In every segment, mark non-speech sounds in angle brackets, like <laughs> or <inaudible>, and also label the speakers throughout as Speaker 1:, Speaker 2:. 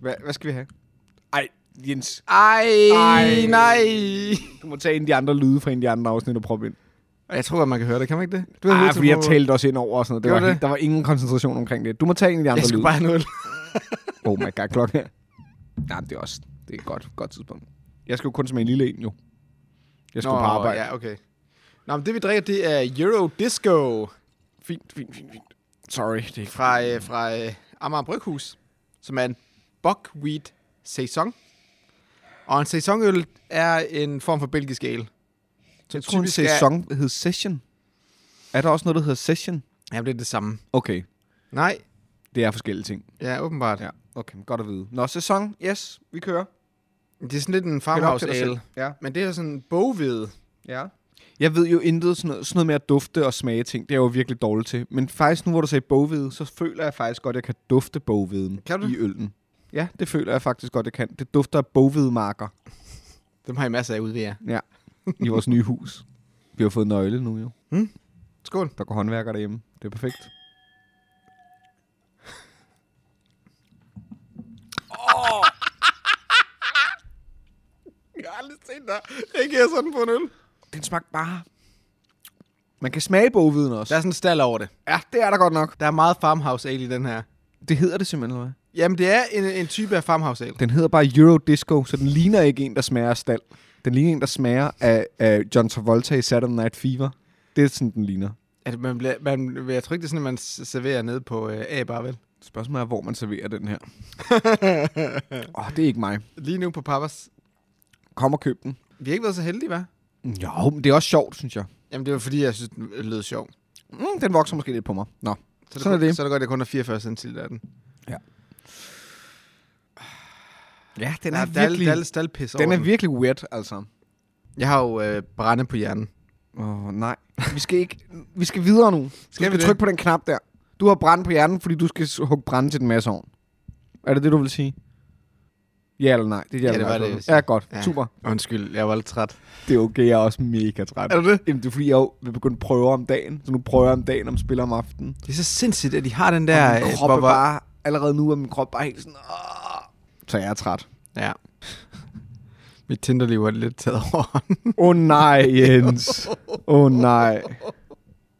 Speaker 1: Hva, hvad skal vi have?
Speaker 2: Ej, Jens,
Speaker 1: Ej,
Speaker 2: Ej.
Speaker 1: nej.
Speaker 2: du må tage en af de andre lyde fra en af de andre afsnit og proppe ind.
Speaker 1: Og Jeg tror godt, man kan høre det. Kan man ikke det? Du
Speaker 2: Nej, Ah, fordi jeg
Speaker 1: hovedtelefoner på.
Speaker 2: talte også ind over og sådan noget. Det var,
Speaker 1: Gjorde
Speaker 2: helt-
Speaker 1: det?
Speaker 2: Der var ingen koncentration omkring det. Du må tage en af de andre
Speaker 1: Jeg skulle
Speaker 2: lyde.
Speaker 1: bare have noget.
Speaker 2: Oh my god, klokken <laughs> her. Nej, men det er også det er et godt, godt tidspunkt. Jeg skal jo kun smage en lille en, jo. Jeg skulle Nå, på arbejde. Ja.
Speaker 1: Ja, okay. Nå, men det vi drikker, det er Euro Disco
Speaker 2: Fint, fint, fint, fint. Sorry, det er ikke...
Speaker 1: fra, øh, fra øh, Amager Bryghus, som er en buckwheat saison. Og en saisonøl er en form for belgisk ale.
Speaker 2: Så jeg
Speaker 1: tror,
Speaker 2: tror, en
Speaker 1: vi skal-
Speaker 2: sæson hed Session. Er der også noget, der hedder Session?
Speaker 1: Ja, det er det samme.
Speaker 2: Okay,
Speaker 1: Nej,
Speaker 2: det er forskellige ting.
Speaker 1: ja, åbenbart. Ja.
Speaker 2: Ja, okay, godt at vide. Nå, sæson, yes, vi kører.
Speaker 1: Det er sådan lidt en
Speaker 2: Fedt op til
Speaker 1: farmhouse
Speaker 2: dig selv.
Speaker 1: ale.
Speaker 2: Ja,
Speaker 1: Men det er sådan en boghvede.
Speaker 2: ja. Jeg ved jo intet sådan noget, sådan noget med at dufte og smage ting. Det er jeg jo virkelig dårlig til. Men faktisk nu, hvor du sagde boghvede, så føler jeg faktisk godt, at jeg kan dufte boghveden
Speaker 1: Kan du?
Speaker 2: i øllen. Ja, det føler jeg faktisk godt, jeg kan. Det dufter af boghvedemarker.
Speaker 1: Dem har I masser af ude ved jer.
Speaker 2: Ja, i vores nye hus. Vi har fået nøgle nu jo.
Speaker 1: Skål.
Speaker 2: Der går håndværker derhjemme. Det er perfekt.
Speaker 1: Jeg har aldrig set dig reagere sådan på en øl.
Speaker 2: Den smagte bare... Man kan smage bogviden også.
Speaker 1: Der er sådan en stald over det.
Speaker 2: Ja, det er der godt nok.
Speaker 1: Der er meget farmhouse ale i den her.
Speaker 2: Det hedder det simpelthen, eller hvad?
Speaker 1: Jamen, det er en, en type af farmhouse ale.
Speaker 2: Den hedder bare Euro Disco, så den ligner ikke en, der smager af stald. Den ligner en, der smager af, af John Travolta i Saturday Night Fever. Det er sådan, den ligner.
Speaker 1: At man bliver, man, jeg tror ikke, det er sådan, at man s- serverer nede på øh, A-bar, vel?
Speaker 2: Spørgsmålet er, hvor man serverer den her. <laughs> Åh, oh, det er ikke mig.
Speaker 1: Lige nu på Pappas.
Speaker 2: Kom og køb den.
Speaker 1: Vi har ikke været så heldige, hva'?
Speaker 2: Jo, men det er også sjovt, synes jeg.
Speaker 1: Jamen, det var fordi, jeg synes, den lød sjov.
Speaker 2: Mm, den vokser måske lidt på mig. Nå.
Speaker 1: Så
Speaker 2: Sådan er
Speaker 1: kun-
Speaker 2: det.
Speaker 1: Så er det godt, at jeg kun har 44 cm af den.
Speaker 2: Ja,
Speaker 1: Den er, der, er, der er lidt staldpis over
Speaker 2: den
Speaker 1: den.
Speaker 2: er virkelig weird, altså.
Speaker 1: Jeg har jo øh, brænde på hjernen.
Speaker 2: Åh, oh, nej. Vi skal ikke... Vi skal videre nu. Skal du
Speaker 1: Skal vi
Speaker 2: skal
Speaker 1: det?
Speaker 2: trykke på den knap der. Du har brand på hjernen, fordi du skal s- hugge brænde til den masse ovn. Er det det, du vil sige? Ja eller nej? Det er ja,
Speaker 1: det var det, jeg
Speaker 2: det,
Speaker 1: ville
Speaker 2: det,
Speaker 1: sige.
Speaker 2: Ja, godt.
Speaker 1: Ja.
Speaker 2: Ja. Super.
Speaker 1: Undskyld, jeg var lidt træt.
Speaker 2: Det er okay, jeg er også mega træt.
Speaker 1: Er du det?
Speaker 2: Jamen, det er fordi, jeg jo vil begynde at prøve om dagen. Så nu prøver jeg om dagen, om spiller om aftenen.
Speaker 1: Det er så sindssygt, at de har den der...
Speaker 2: Ja, min
Speaker 1: øh,
Speaker 2: krop er
Speaker 1: bobber-
Speaker 2: bare... Allerede nu er min krop bare helt sådan... Åh. Så jeg er træt.
Speaker 1: Ja. <laughs> Mit Tinderliv er lidt taget over.
Speaker 2: <laughs> Åh oh, nej, Jens. Åh oh, nej.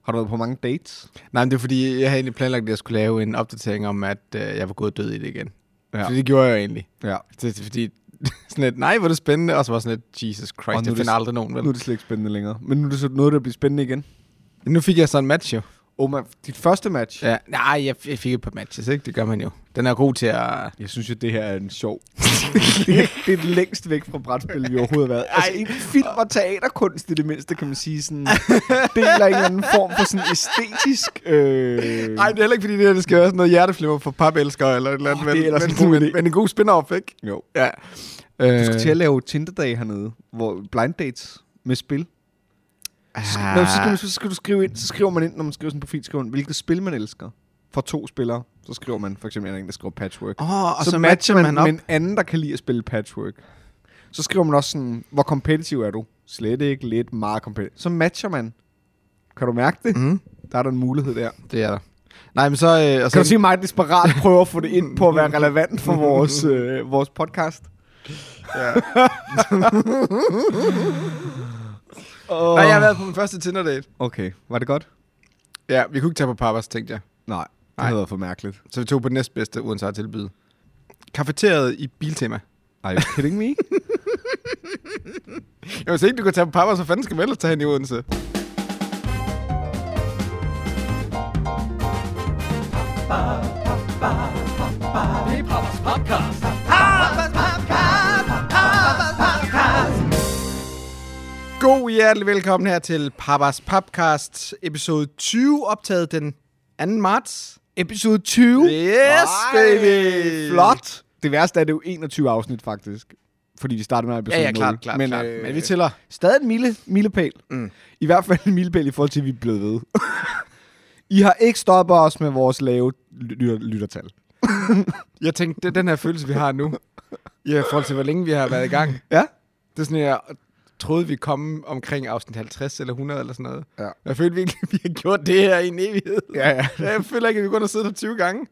Speaker 2: Har du været på mange dates?
Speaker 1: Nej, men det er fordi, jeg havde egentlig planlagt, at jeg skulle lave en opdatering om, at øh, jeg var gået og død i det igen. Ja.
Speaker 2: Ja.
Speaker 1: Så det gjorde jeg jo egentlig.
Speaker 2: Ja.
Speaker 1: Det er fordi, <laughs> sådan lidt, nej, hvor er det spændende, og så var sådan lidt, Jesus
Speaker 2: nu
Speaker 1: Christ,
Speaker 2: er
Speaker 1: jeg
Speaker 2: det
Speaker 1: finder
Speaker 2: s-
Speaker 1: aldrig nogen, vel?
Speaker 2: Nu er det slet ikke spændende længere. Men nu er det så noget, der bliver spændende igen.
Speaker 1: Nu fik jeg så en match jo.
Speaker 2: Oh my, dit første match?
Speaker 1: Ja, nej, jeg, jeg fik et par matches, ikke? Det gør man jo. Den er god til at...
Speaker 2: <laughs> Jeg synes jo, det her er en sjov. det, er, det er længst væk fra brætspil, vi overhovedet har været. Altså, en film og teaterkunst i det mindste, kan man sige. Sådan, deler en eller anden form for sådan æstetisk... Øh...
Speaker 1: Nej, det er heller ikke, fordi det, her, det skal være sådan noget hjerteflimmer for papelskere eller et eller andet.
Speaker 2: Åh, det er ellers en
Speaker 1: men,
Speaker 2: god
Speaker 1: men,
Speaker 2: idé.
Speaker 1: men, en god spin-off, ikke?
Speaker 2: Jo. Øh.
Speaker 1: Ja. Øh,
Speaker 2: Du skal til at lave Tinder-dage hernede, hvor blind dates med spil. Ah. Nå, så, skal, du- så skal du skrive ind, så skriver man ind, når man skriver sådan en profil, skriver man, hvilket spil man elsker. For to spillere, så skriver man, for eksempel, er der en, der skriver Patchwork.
Speaker 1: Åh, og så, så matcher man, man op.
Speaker 2: med en anden, der kan lide at spille patchwork. Så skriver man også sådan, hvor kompetitiv er du? Slet ikke, lidt, meget kompetitiv. Så matcher man. Kan du mærke det?
Speaker 1: Mm,
Speaker 2: Der er der en mulighed der. Kan
Speaker 1: det er der. Nej, men så... Øh, og så
Speaker 2: du se mig desperat prøve at få det ind på at være relevant <laughs> for vores, øh, vores podcast?
Speaker 1: Ja.
Speaker 2: Oh.
Speaker 1: Nej, jeg har været på min første Tinder-date.
Speaker 2: Okay, var det godt?
Speaker 1: Ja, vi kunne ikke tage på Papas, tænkte jeg.
Speaker 2: Nej, det
Speaker 1: Nej.
Speaker 2: havde været for mærkeligt.
Speaker 1: Så vi tog på den næstbedste, uden så at tilbyde. Kafeteret i Biltema.
Speaker 2: Are you kidding me?
Speaker 1: Jeg hvis ikke du kan tage på Papas, så fanden skal man ellers tage hen i Odense? God hjertelig velkommen her til Papas Podcast, episode 20, optaget den 2. marts.
Speaker 2: Episode 20?
Speaker 1: Yes,
Speaker 2: Ej,
Speaker 1: baby!
Speaker 2: Flot! Det værste er, at det er jo 21 afsnit, faktisk. Fordi vi startede med episode 0.
Speaker 1: Men,
Speaker 2: Men,
Speaker 1: Øh,
Speaker 2: øh,
Speaker 1: men vi tæller.
Speaker 2: Stadig en mile, milepæl. Mm. I hvert fald en milepæl i forhold til, at vi er blevet ved. I har ikke stoppet os med vores lave lytter, lyttertal.
Speaker 1: Jeg tænkte, det er den her følelse, vi har nu. I forhold til, hvor længe vi har været i gang.
Speaker 2: Ja?
Speaker 1: Det er sådan, jeg troede, vi kom omkring afsnit 50 eller 100 eller sådan noget.
Speaker 2: Ja.
Speaker 1: Jeg følte virkelig, at vi har gjort det her i en evighed. <laughs>
Speaker 2: Ja, ja.
Speaker 1: Jeg føler ikke, at vi kun har siddet her 20 gange.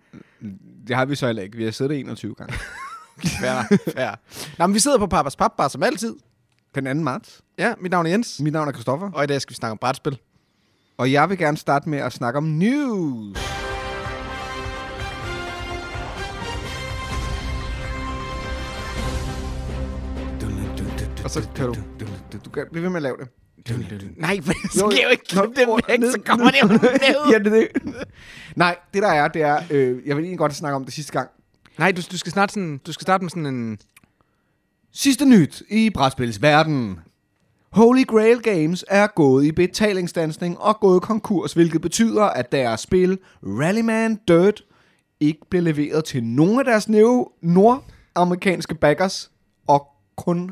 Speaker 2: Det har vi så heller ikke. Vi har siddet der 21 gange. <laughs>
Speaker 1: Fair, nok, fair. Nå, men vi sidder på Papas Papbar som altid.
Speaker 2: Den 2. marts.
Speaker 1: Ja, mit navn er Jens.
Speaker 2: Mit navn er Christoffer.
Speaker 1: Og i dag skal vi snakke om brætspil.
Speaker 2: Og jeg vil gerne starte med at snakke om news. Og så kører du. Du kan blive ved med at lave det.
Speaker 1: Nej, for
Speaker 2: Jo,
Speaker 1: så kan jeg jo ikke
Speaker 2: nå,
Speaker 1: klippe det
Speaker 2: hvor-
Speaker 1: væk,
Speaker 2: ned,
Speaker 1: så kommer det jo ned. <laughs>
Speaker 2: <laughs> ja, det er det. Nej, det der er, det er, øh, jeg vil egentlig godt snakke om det sidste gang.
Speaker 1: Nej, du, du, skal snart sådan, du skal starte med sådan en...
Speaker 2: Sidste nyt i brætspilsverdenen. Holy Grail Games er gået i betalingsdansning og gået konkurs, hvilket betyder, at deres spil Rallyman Dirt ikke bliver leveret til nogen af deres neo- nordamerikanske backers, og kun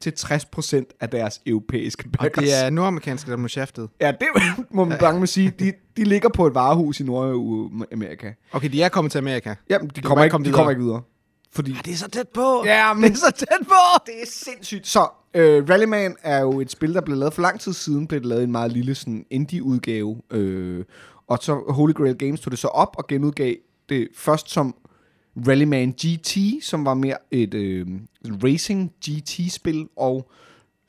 Speaker 2: til 60% af deres europæiske backers.
Speaker 1: Det er nordamerikanske, der blev shaftet.
Speaker 2: Ja, det må man bange med sige. De, de ligger på et varehus i Nordamerika.
Speaker 1: Okay, de er kommet til Amerika.
Speaker 2: Jamen, de,
Speaker 1: bare
Speaker 2: kommer
Speaker 1: ikke
Speaker 2: ikke,
Speaker 1: komme
Speaker 2: de
Speaker 1: videre.
Speaker 2: kommer ikke videre. Fordi...
Speaker 1: Ah, Det er så tæt på.
Speaker 2: Ja, men så tæt på! Det er sindssygt. Så, øh, Rallyman er jo et spil, der blev lavet for lang tid siden. Blev det lavet i en meget lille sådan indie-udgave. Øh, og så Holy Grail Games tog det så op og genudgav det først som Rallyman GT, som var mere et øh, racing GT-spil, og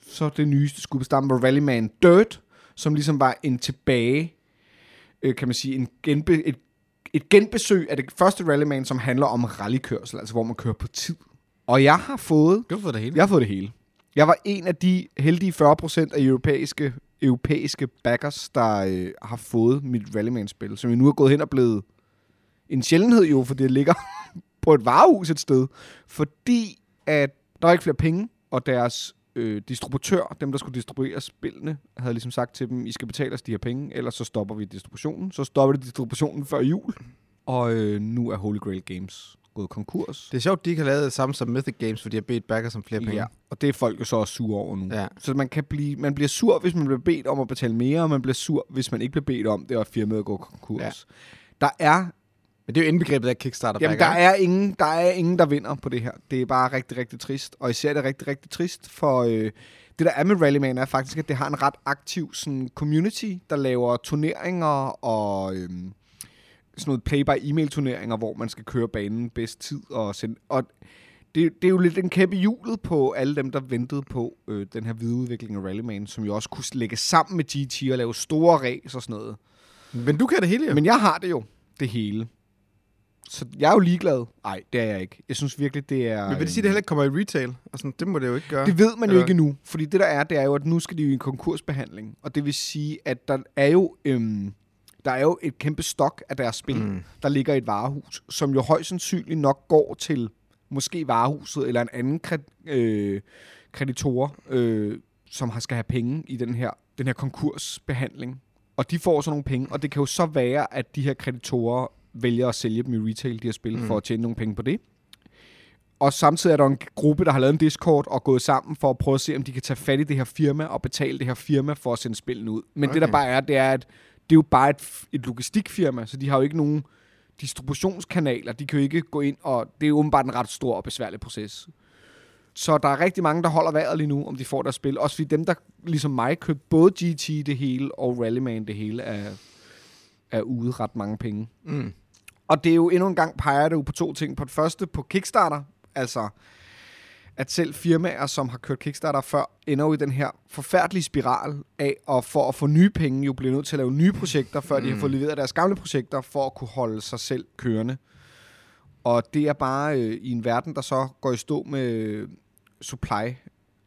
Speaker 2: så det nyeste skulle bestemme på Rallyman Dirt, som ligesom var en tilbage, øh, kan man sige, en genbe, et, et genbesøg af det første Rallyman, som handler om rallykørsel, altså hvor man kører på tid. Og jeg har fået,
Speaker 1: Du har fået det hele.
Speaker 2: jeg har fået det hele. Jeg var en af de heldige 40% af europæiske, europæiske backers, der øh, har fået mit Rallyman-spil, som jeg nu er gået hen og blevet en sjældenhed jo, for det ligger <laughs> på et varehus et sted, fordi at der er ikke flere penge, og deres øh, distributør, dem der skulle distribuere spillene, havde ligesom sagt til dem, I skal betale os de her penge, ellers så stopper vi distributionen. Så stopper det distributionen før jul, og øh, nu er Holy Grail Games gået konkurs.
Speaker 1: Det er sjovt, de ikke har lavet det samme som Mythic Games, fordi jeg bedt backers om flere penge.
Speaker 2: Ja, og det er folk jo så også sure over nu.
Speaker 1: Ja.
Speaker 2: Så man, kan blive, man bliver sur, hvis man bliver bedt om at betale mere, og man bliver sur, hvis man ikke bliver bedt om det, og firmaet går konkurs.
Speaker 1: Ja.
Speaker 2: Der er
Speaker 1: Men det er jo indbegrebet af Kickstarter
Speaker 2: Jamen, der er, ingen, der er ingen, der vinder på det her. Det er bare rigtig, rigtig trist. Og især er det rigtig, rigtig trist, for øh, det, der er med Rallyman, er faktisk, at det har en ret aktiv sådan, community, der laver turneringer og øh, sådan noget play-by-email-turneringer, hvor man skal køre banen bedst tid. Og, sende, og det, det er jo lidt en kæppe i hjulet på alle dem, der ventede på øh, den her videreudvikling af Rallyman, som jo også kunne lægge sammen med GT og lave store ræs og sådan noget.
Speaker 1: Men du kan det hele, jo.
Speaker 2: Men jeg har det jo, det hele. Så jeg er jo ligeglad. Nej, det er jeg ikke. Jeg synes virkelig, det er... øh,
Speaker 1: Men vil det sige, at det heller ikke kommer i retail? Og sådan, det må det jo ikke gøre.
Speaker 2: det ved man jo
Speaker 1: Eller-
Speaker 2: ikke nu, fordi det der er, det er jo, at nu skal de jo i en konkursbehandling, og det vil sige, at der er jo, øhm, der er jo et kæmpe stok af deres spil, mm. der ligger i et varehus, som jo højst sandsynligt nok går til måske varehuset eller en anden kred- øh, kreditor, øh, som har skal have penge i den her, den her konkursbehandling. Og de får så nogle penge, og det kan jo så være, at de her kreditorer vælger at sælge dem i retail, de her spil, mm. for at tjene nogle penge på det. Og samtidig er der en gruppe, der har lavet en Discord og gået sammen for at prøve at se, om de kan tage fat i det her firma og betale det her firma for at sende spillene ud. Men okay. det der
Speaker 1: Okay.
Speaker 2: bare er, det er, at det er jo bare et, f- et logistikfirma, så de har jo ikke nogen distributionskanaler. De kan jo ikke gå ind, og det er jo åbenbart en ret stor og besværlig proces. Så der er rigtig mange, der holder vejret lige nu, om de får deres spil. Også fordi dem, der ligesom mig købte både GT det hele og Rallyman det hele, er, er ude ret mange penge.
Speaker 1: Mm.
Speaker 2: Og det er jo endnu en gang peger det jo på to ting. På det første på Kickstarter, altså at selv firmaer, som har kørt Kickstarter før, ender jo i den her forfærdelige spiral af, og for at få nye penge, jo bliver nødt til at lave nye projekter, før mm. de har fået leveret deres gamle projekter, for at kunne holde sig selv kørende. Og det er bare øh, i en verden, der så går i stå med supply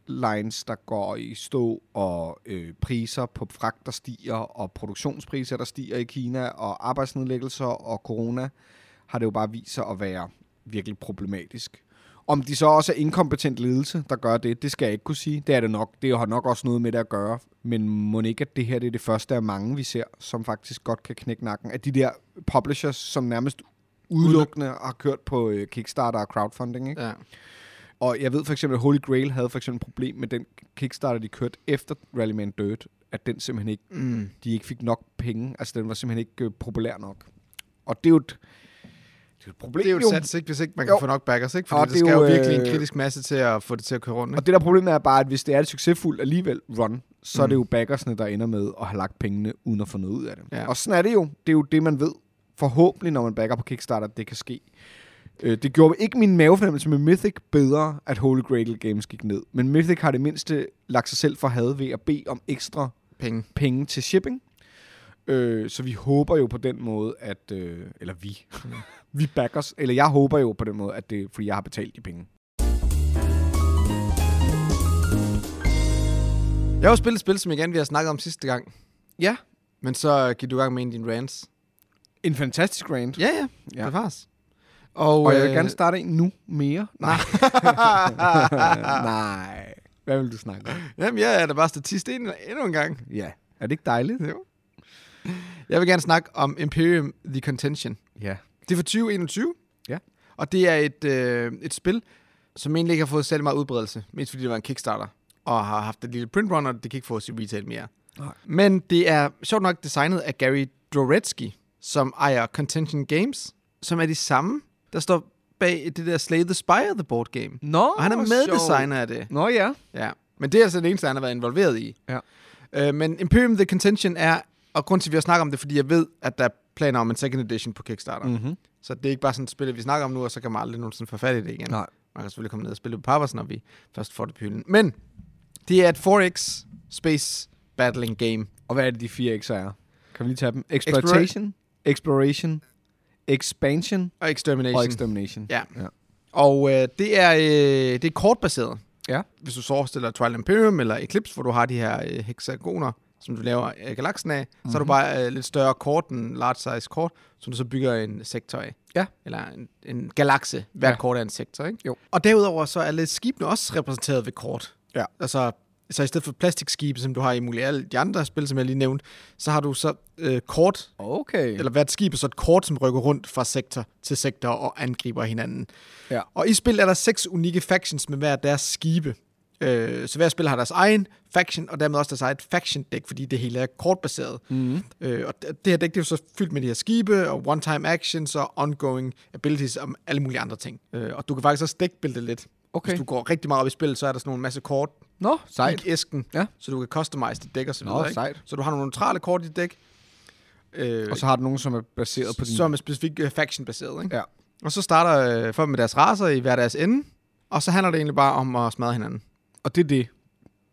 Speaker 2: lines, der går i stå, og øh, priser på fragt, der stiger, og produktionspriser, der stiger i Kina, og arbejdsnedlæggelser og corona, har det jo bare vist sig at være virkelig problematisk. Om de så også er inkompetent ledelse, der gør det, det skal jeg ikke kunne sige. Det er det nok. Det har nok også noget med det at gøre. Men må ikke, at det her det er det første af mange, vi ser, som faktisk godt kan knække nakken. At de der publishers, som nærmest udelukkende har kørt på øh, Kickstarter og crowdfunding, ikke?
Speaker 1: Ja.
Speaker 2: Og jeg ved for eksempel, at Holy Grail havde for eksempel et problem med den Kickstarter, de kørte efter Rallyman Dirt, at den simpelthen ikke,
Speaker 1: Mm.
Speaker 2: de ikke fik nok penge. Altså, den var simpelthen ikke øh, populær nok. Og det er jo et, det er et problem.
Speaker 1: Det er jo
Speaker 2: jo.
Speaker 1: et sats, ikke, hvis ikke man kan
Speaker 2: Jo.
Speaker 1: jo. få nok backers, ikke?
Speaker 2: Og
Speaker 1: Fordi
Speaker 2: det
Speaker 1: det skal
Speaker 2: er
Speaker 1: jo,
Speaker 2: jo,
Speaker 1: virkelig
Speaker 2: øh,
Speaker 1: en kritisk masse til at få det til at køre rundt,
Speaker 2: Og
Speaker 1: ikke?
Speaker 2: det der problemet er bare, at hvis det er et succesfuldt alligevel run, så mm. er det jo backersne, der ender med at have lagt pengene, uden at få noget ud af det.
Speaker 1: Ja.
Speaker 2: Og sådan er det jo. Det er jo det, man ved. Forhåbentlig, når man backer på Kickstarter, at det kan ske. Øh, det gjorde ikke min mavefornemmelse med Mythic bedre, at Holy Grail Games gik ned. Men Mythic har det mindste lagt sig selv for had ved at bede om ekstra
Speaker 1: Penge.
Speaker 2: penge til shipping. Øh, så vi håber jo på den måde, at... Øh, eller vi. <laughs> vi backers. Eller jeg håber jo på den måde, at det fordi jeg har betalt de penge.
Speaker 1: Jeg har jo spillet et spil, som igen vi har snakket om sidste gang.
Speaker 2: Ja.
Speaker 1: Men så øh, gik du i gang med en af dine rants.
Speaker 2: En fantastisk rant.
Speaker 1: Ja, ja.
Speaker 2: Ja.
Speaker 1: Det var og,
Speaker 2: Og jeg vil gerne starte en nu mere. Nej. <laughs> Nej. Hvad vil du snakke om?
Speaker 1: øh, Jamen, jeg er da bare statist endnu, endnu en gang.
Speaker 2: Ja. Er det ikke dejligt?
Speaker 1: Jo. Jeg vil gerne snakke om Imperium The Contention.
Speaker 2: Ja.
Speaker 1: Det er fra 2021.
Speaker 2: Ja.
Speaker 1: Og det er et, øh, et spil, som egentlig ikke har fået særlig meget udbredelse. Mest fordi det var en Kickstarter. Og har haft et lille printrun, og det kan ikke fås i retail mere.
Speaker 2: Nej.
Speaker 1: Men det er sjovt nok designet af Gary Doretsky, som ejer Contention Games, som er de samme, der står bag det der Slay the Spire, the board game.
Speaker 2: Nå,
Speaker 1: Og han er meddesigner af det.
Speaker 2: Nå ja.
Speaker 1: Ja. Men det er altså det eneste, han har været involveret i.
Speaker 2: Ja.
Speaker 1: Øh, men Imperium The Contention er, og grund til, at vi har snakket om det, fordi jeg ved, at der er planer om en second edition på Kickstarter.
Speaker 2: Mm-hmm.
Speaker 1: Så det er ikke bare sådan et spil, vi snakker om nu, og så kan man aldrig nogensinde få fat i det igen.
Speaker 2: Nej.
Speaker 1: Man kan selvfølgelig komme ned og spille på Pappers, når vi først får det på hylden. Men det er et 4X space battling game.
Speaker 2: Og hvad er det, de fire X'er er? Kan vi lige tage dem? Exploitation, Exploration, Expansion
Speaker 1: Og Extermination.
Speaker 2: og Extermination.
Speaker 1: Ja.
Speaker 2: Ja.
Speaker 1: ja. Og øh, det, er, øh, det er kortbaseret.
Speaker 2: Ja.
Speaker 1: Hvis du forestiller Twilight Imperium eller Eclipse, hvor du har de her øh, hexagoner, som du laver øh, galaksen af, mm-hmm. så er du bare øh, lidt større kort, en large size kort, som du så bygger en sektor af.
Speaker 2: Ja.
Speaker 1: Eller en, en galakse. Hvert
Speaker 2: Ja.
Speaker 1: ja. kort er en sektor, ikke?
Speaker 2: Jo.
Speaker 1: Og derudover så er lidt skibene også repræsenteret ved kort.
Speaker 2: Ja.
Speaker 1: Altså, så i stedet for plastikskibe, som du har i mulige alle de andre spil, som jeg lige nævnte, så har du så øh, kort,
Speaker 2: Okay.
Speaker 1: eller hvert skib er så et kort, som rykker rundt fra sektor til sektor og angriber hinanden.
Speaker 2: Ja.
Speaker 1: Og i spil er der seks unikke factions med hver deres skibe. Øh, så hver spil har deres egen faction, og dermed også deres eget faction-dæk, fordi det hele er kortbaseret.
Speaker 2: Mm.
Speaker 1: Øh, og d- det her dæk det er jo så fyldt med de her skibe, og one-time actions, og ongoing abilities, og alle mulige andre ting. Øh, og du kan faktisk også dækbilde lidt.
Speaker 2: Okay.
Speaker 1: Hvis du går rigtig meget op i spillet, så er der sådan en masse kort
Speaker 2: Nå, sejt.
Speaker 1: i æsken,
Speaker 2: Ja.
Speaker 1: så du kan customize dit dæk og så
Speaker 2: Nå,
Speaker 1: videre. ikke?
Speaker 2: sejt.
Speaker 1: Så du har nogle neutrale kort i dit dæk, øh,
Speaker 2: Og så har du nogen, som er baseret på din...
Speaker 1: som er specifikt øh, faction-baseret. Ikke?
Speaker 2: Ja.
Speaker 1: Og så starter øh, folk med deres raser i hver deres ende, og så handler det egentlig bare om at smadre hinanden.
Speaker 2: Og det er det.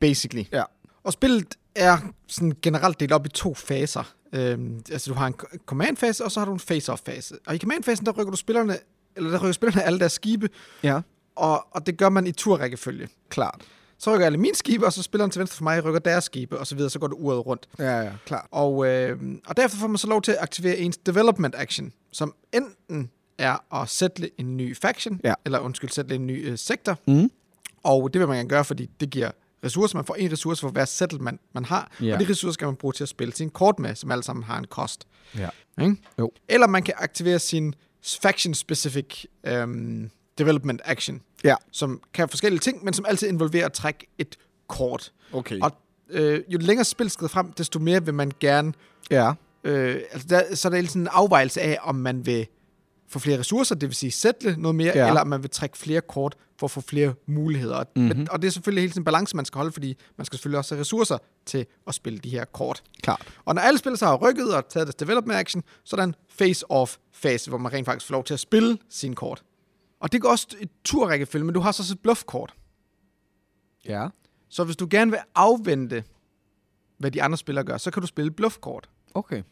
Speaker 1: Basically.
Speaker 2: Ja.
Speaker 1: Og spillet er sådan generelt delt op i to faser. Øhm, altså du har en co- command-fase, og så har du en face-off-fase. Og i command-fasen, der rykker du spillerne, eller der rykker spillerne alle deres skibe,
Speaker 2: Ja.
Speaker 1: og, og det gør man i turrækkefølge.
Speaker 2: Klart.
Speaker 1: Så rykker alle mine skibe, og så spilleren til venstre for mig rykker deres skibe, og så videre, så går det uret rundt.
Speaker 2: Ja, ja, klart.
Speaker 1: Og, øh, og derefter får man så lov til at aktivere ens development action, som enten er at sætte en ny faction,
Speaker 2: Ja.
Speaker 1: eller undskyld, sætte en ny øh, sektor.
Speaker 2: Mm.
Speaker 1: Og det vil man gerne gøre, fordi det giver ressourcer. Man får en ressource for hver settlement, man har.
Speaker 2: Ja.
Speaker 1: Og de ressourcer skal man bruge til at spille sin kort med, som alle sammen har en kost.
Speaker 2: Ja.
Speaker 1: Ikke?
Speaker 2: Jo.
Speaker 1: Eller man kan aktivere sin faction-specific øhm, development action,
Speaker 2: Ja.
Speaker 1: som kan forskellige ting, men som altid involverer at trække et kort.
Speaker 2: Okay.
Speaker 1: Og øh, jo længere spillet skrider frem, desto mere vil man gerne
Speaker 2: ja.
Speaker 1: Øh, altså der, så er der hele sådan en afvejelse af, om man vil få flere ressourcer, det vil sige sætte noget mere,
Speaker 2: Ja.
Speaker 1: ja. eller om man vil trække flere kort for at få flere muligheder. Mm-hmm. Men, og det er selvfølgelig hele tiden en balance, man skal holde, fordi man skal selvfølgelig også have ressourcer til at spille de her kort.
Speaker 2: Klart.
Speaker 1: Og når alle spillere så har rykket og taget deres development action, så er der en face-off-fase, hvor man rent faktisk får lov til at spille sine kort. Og det går også et turrækkefølge, men du har så også et bluffkort.
Speaker 2: Ja.
Speaker 1: Så hvis du gerne vil afvente, hvad de andre spillere gør, så kan du spille bluffkort.
Speaker 2: Okay.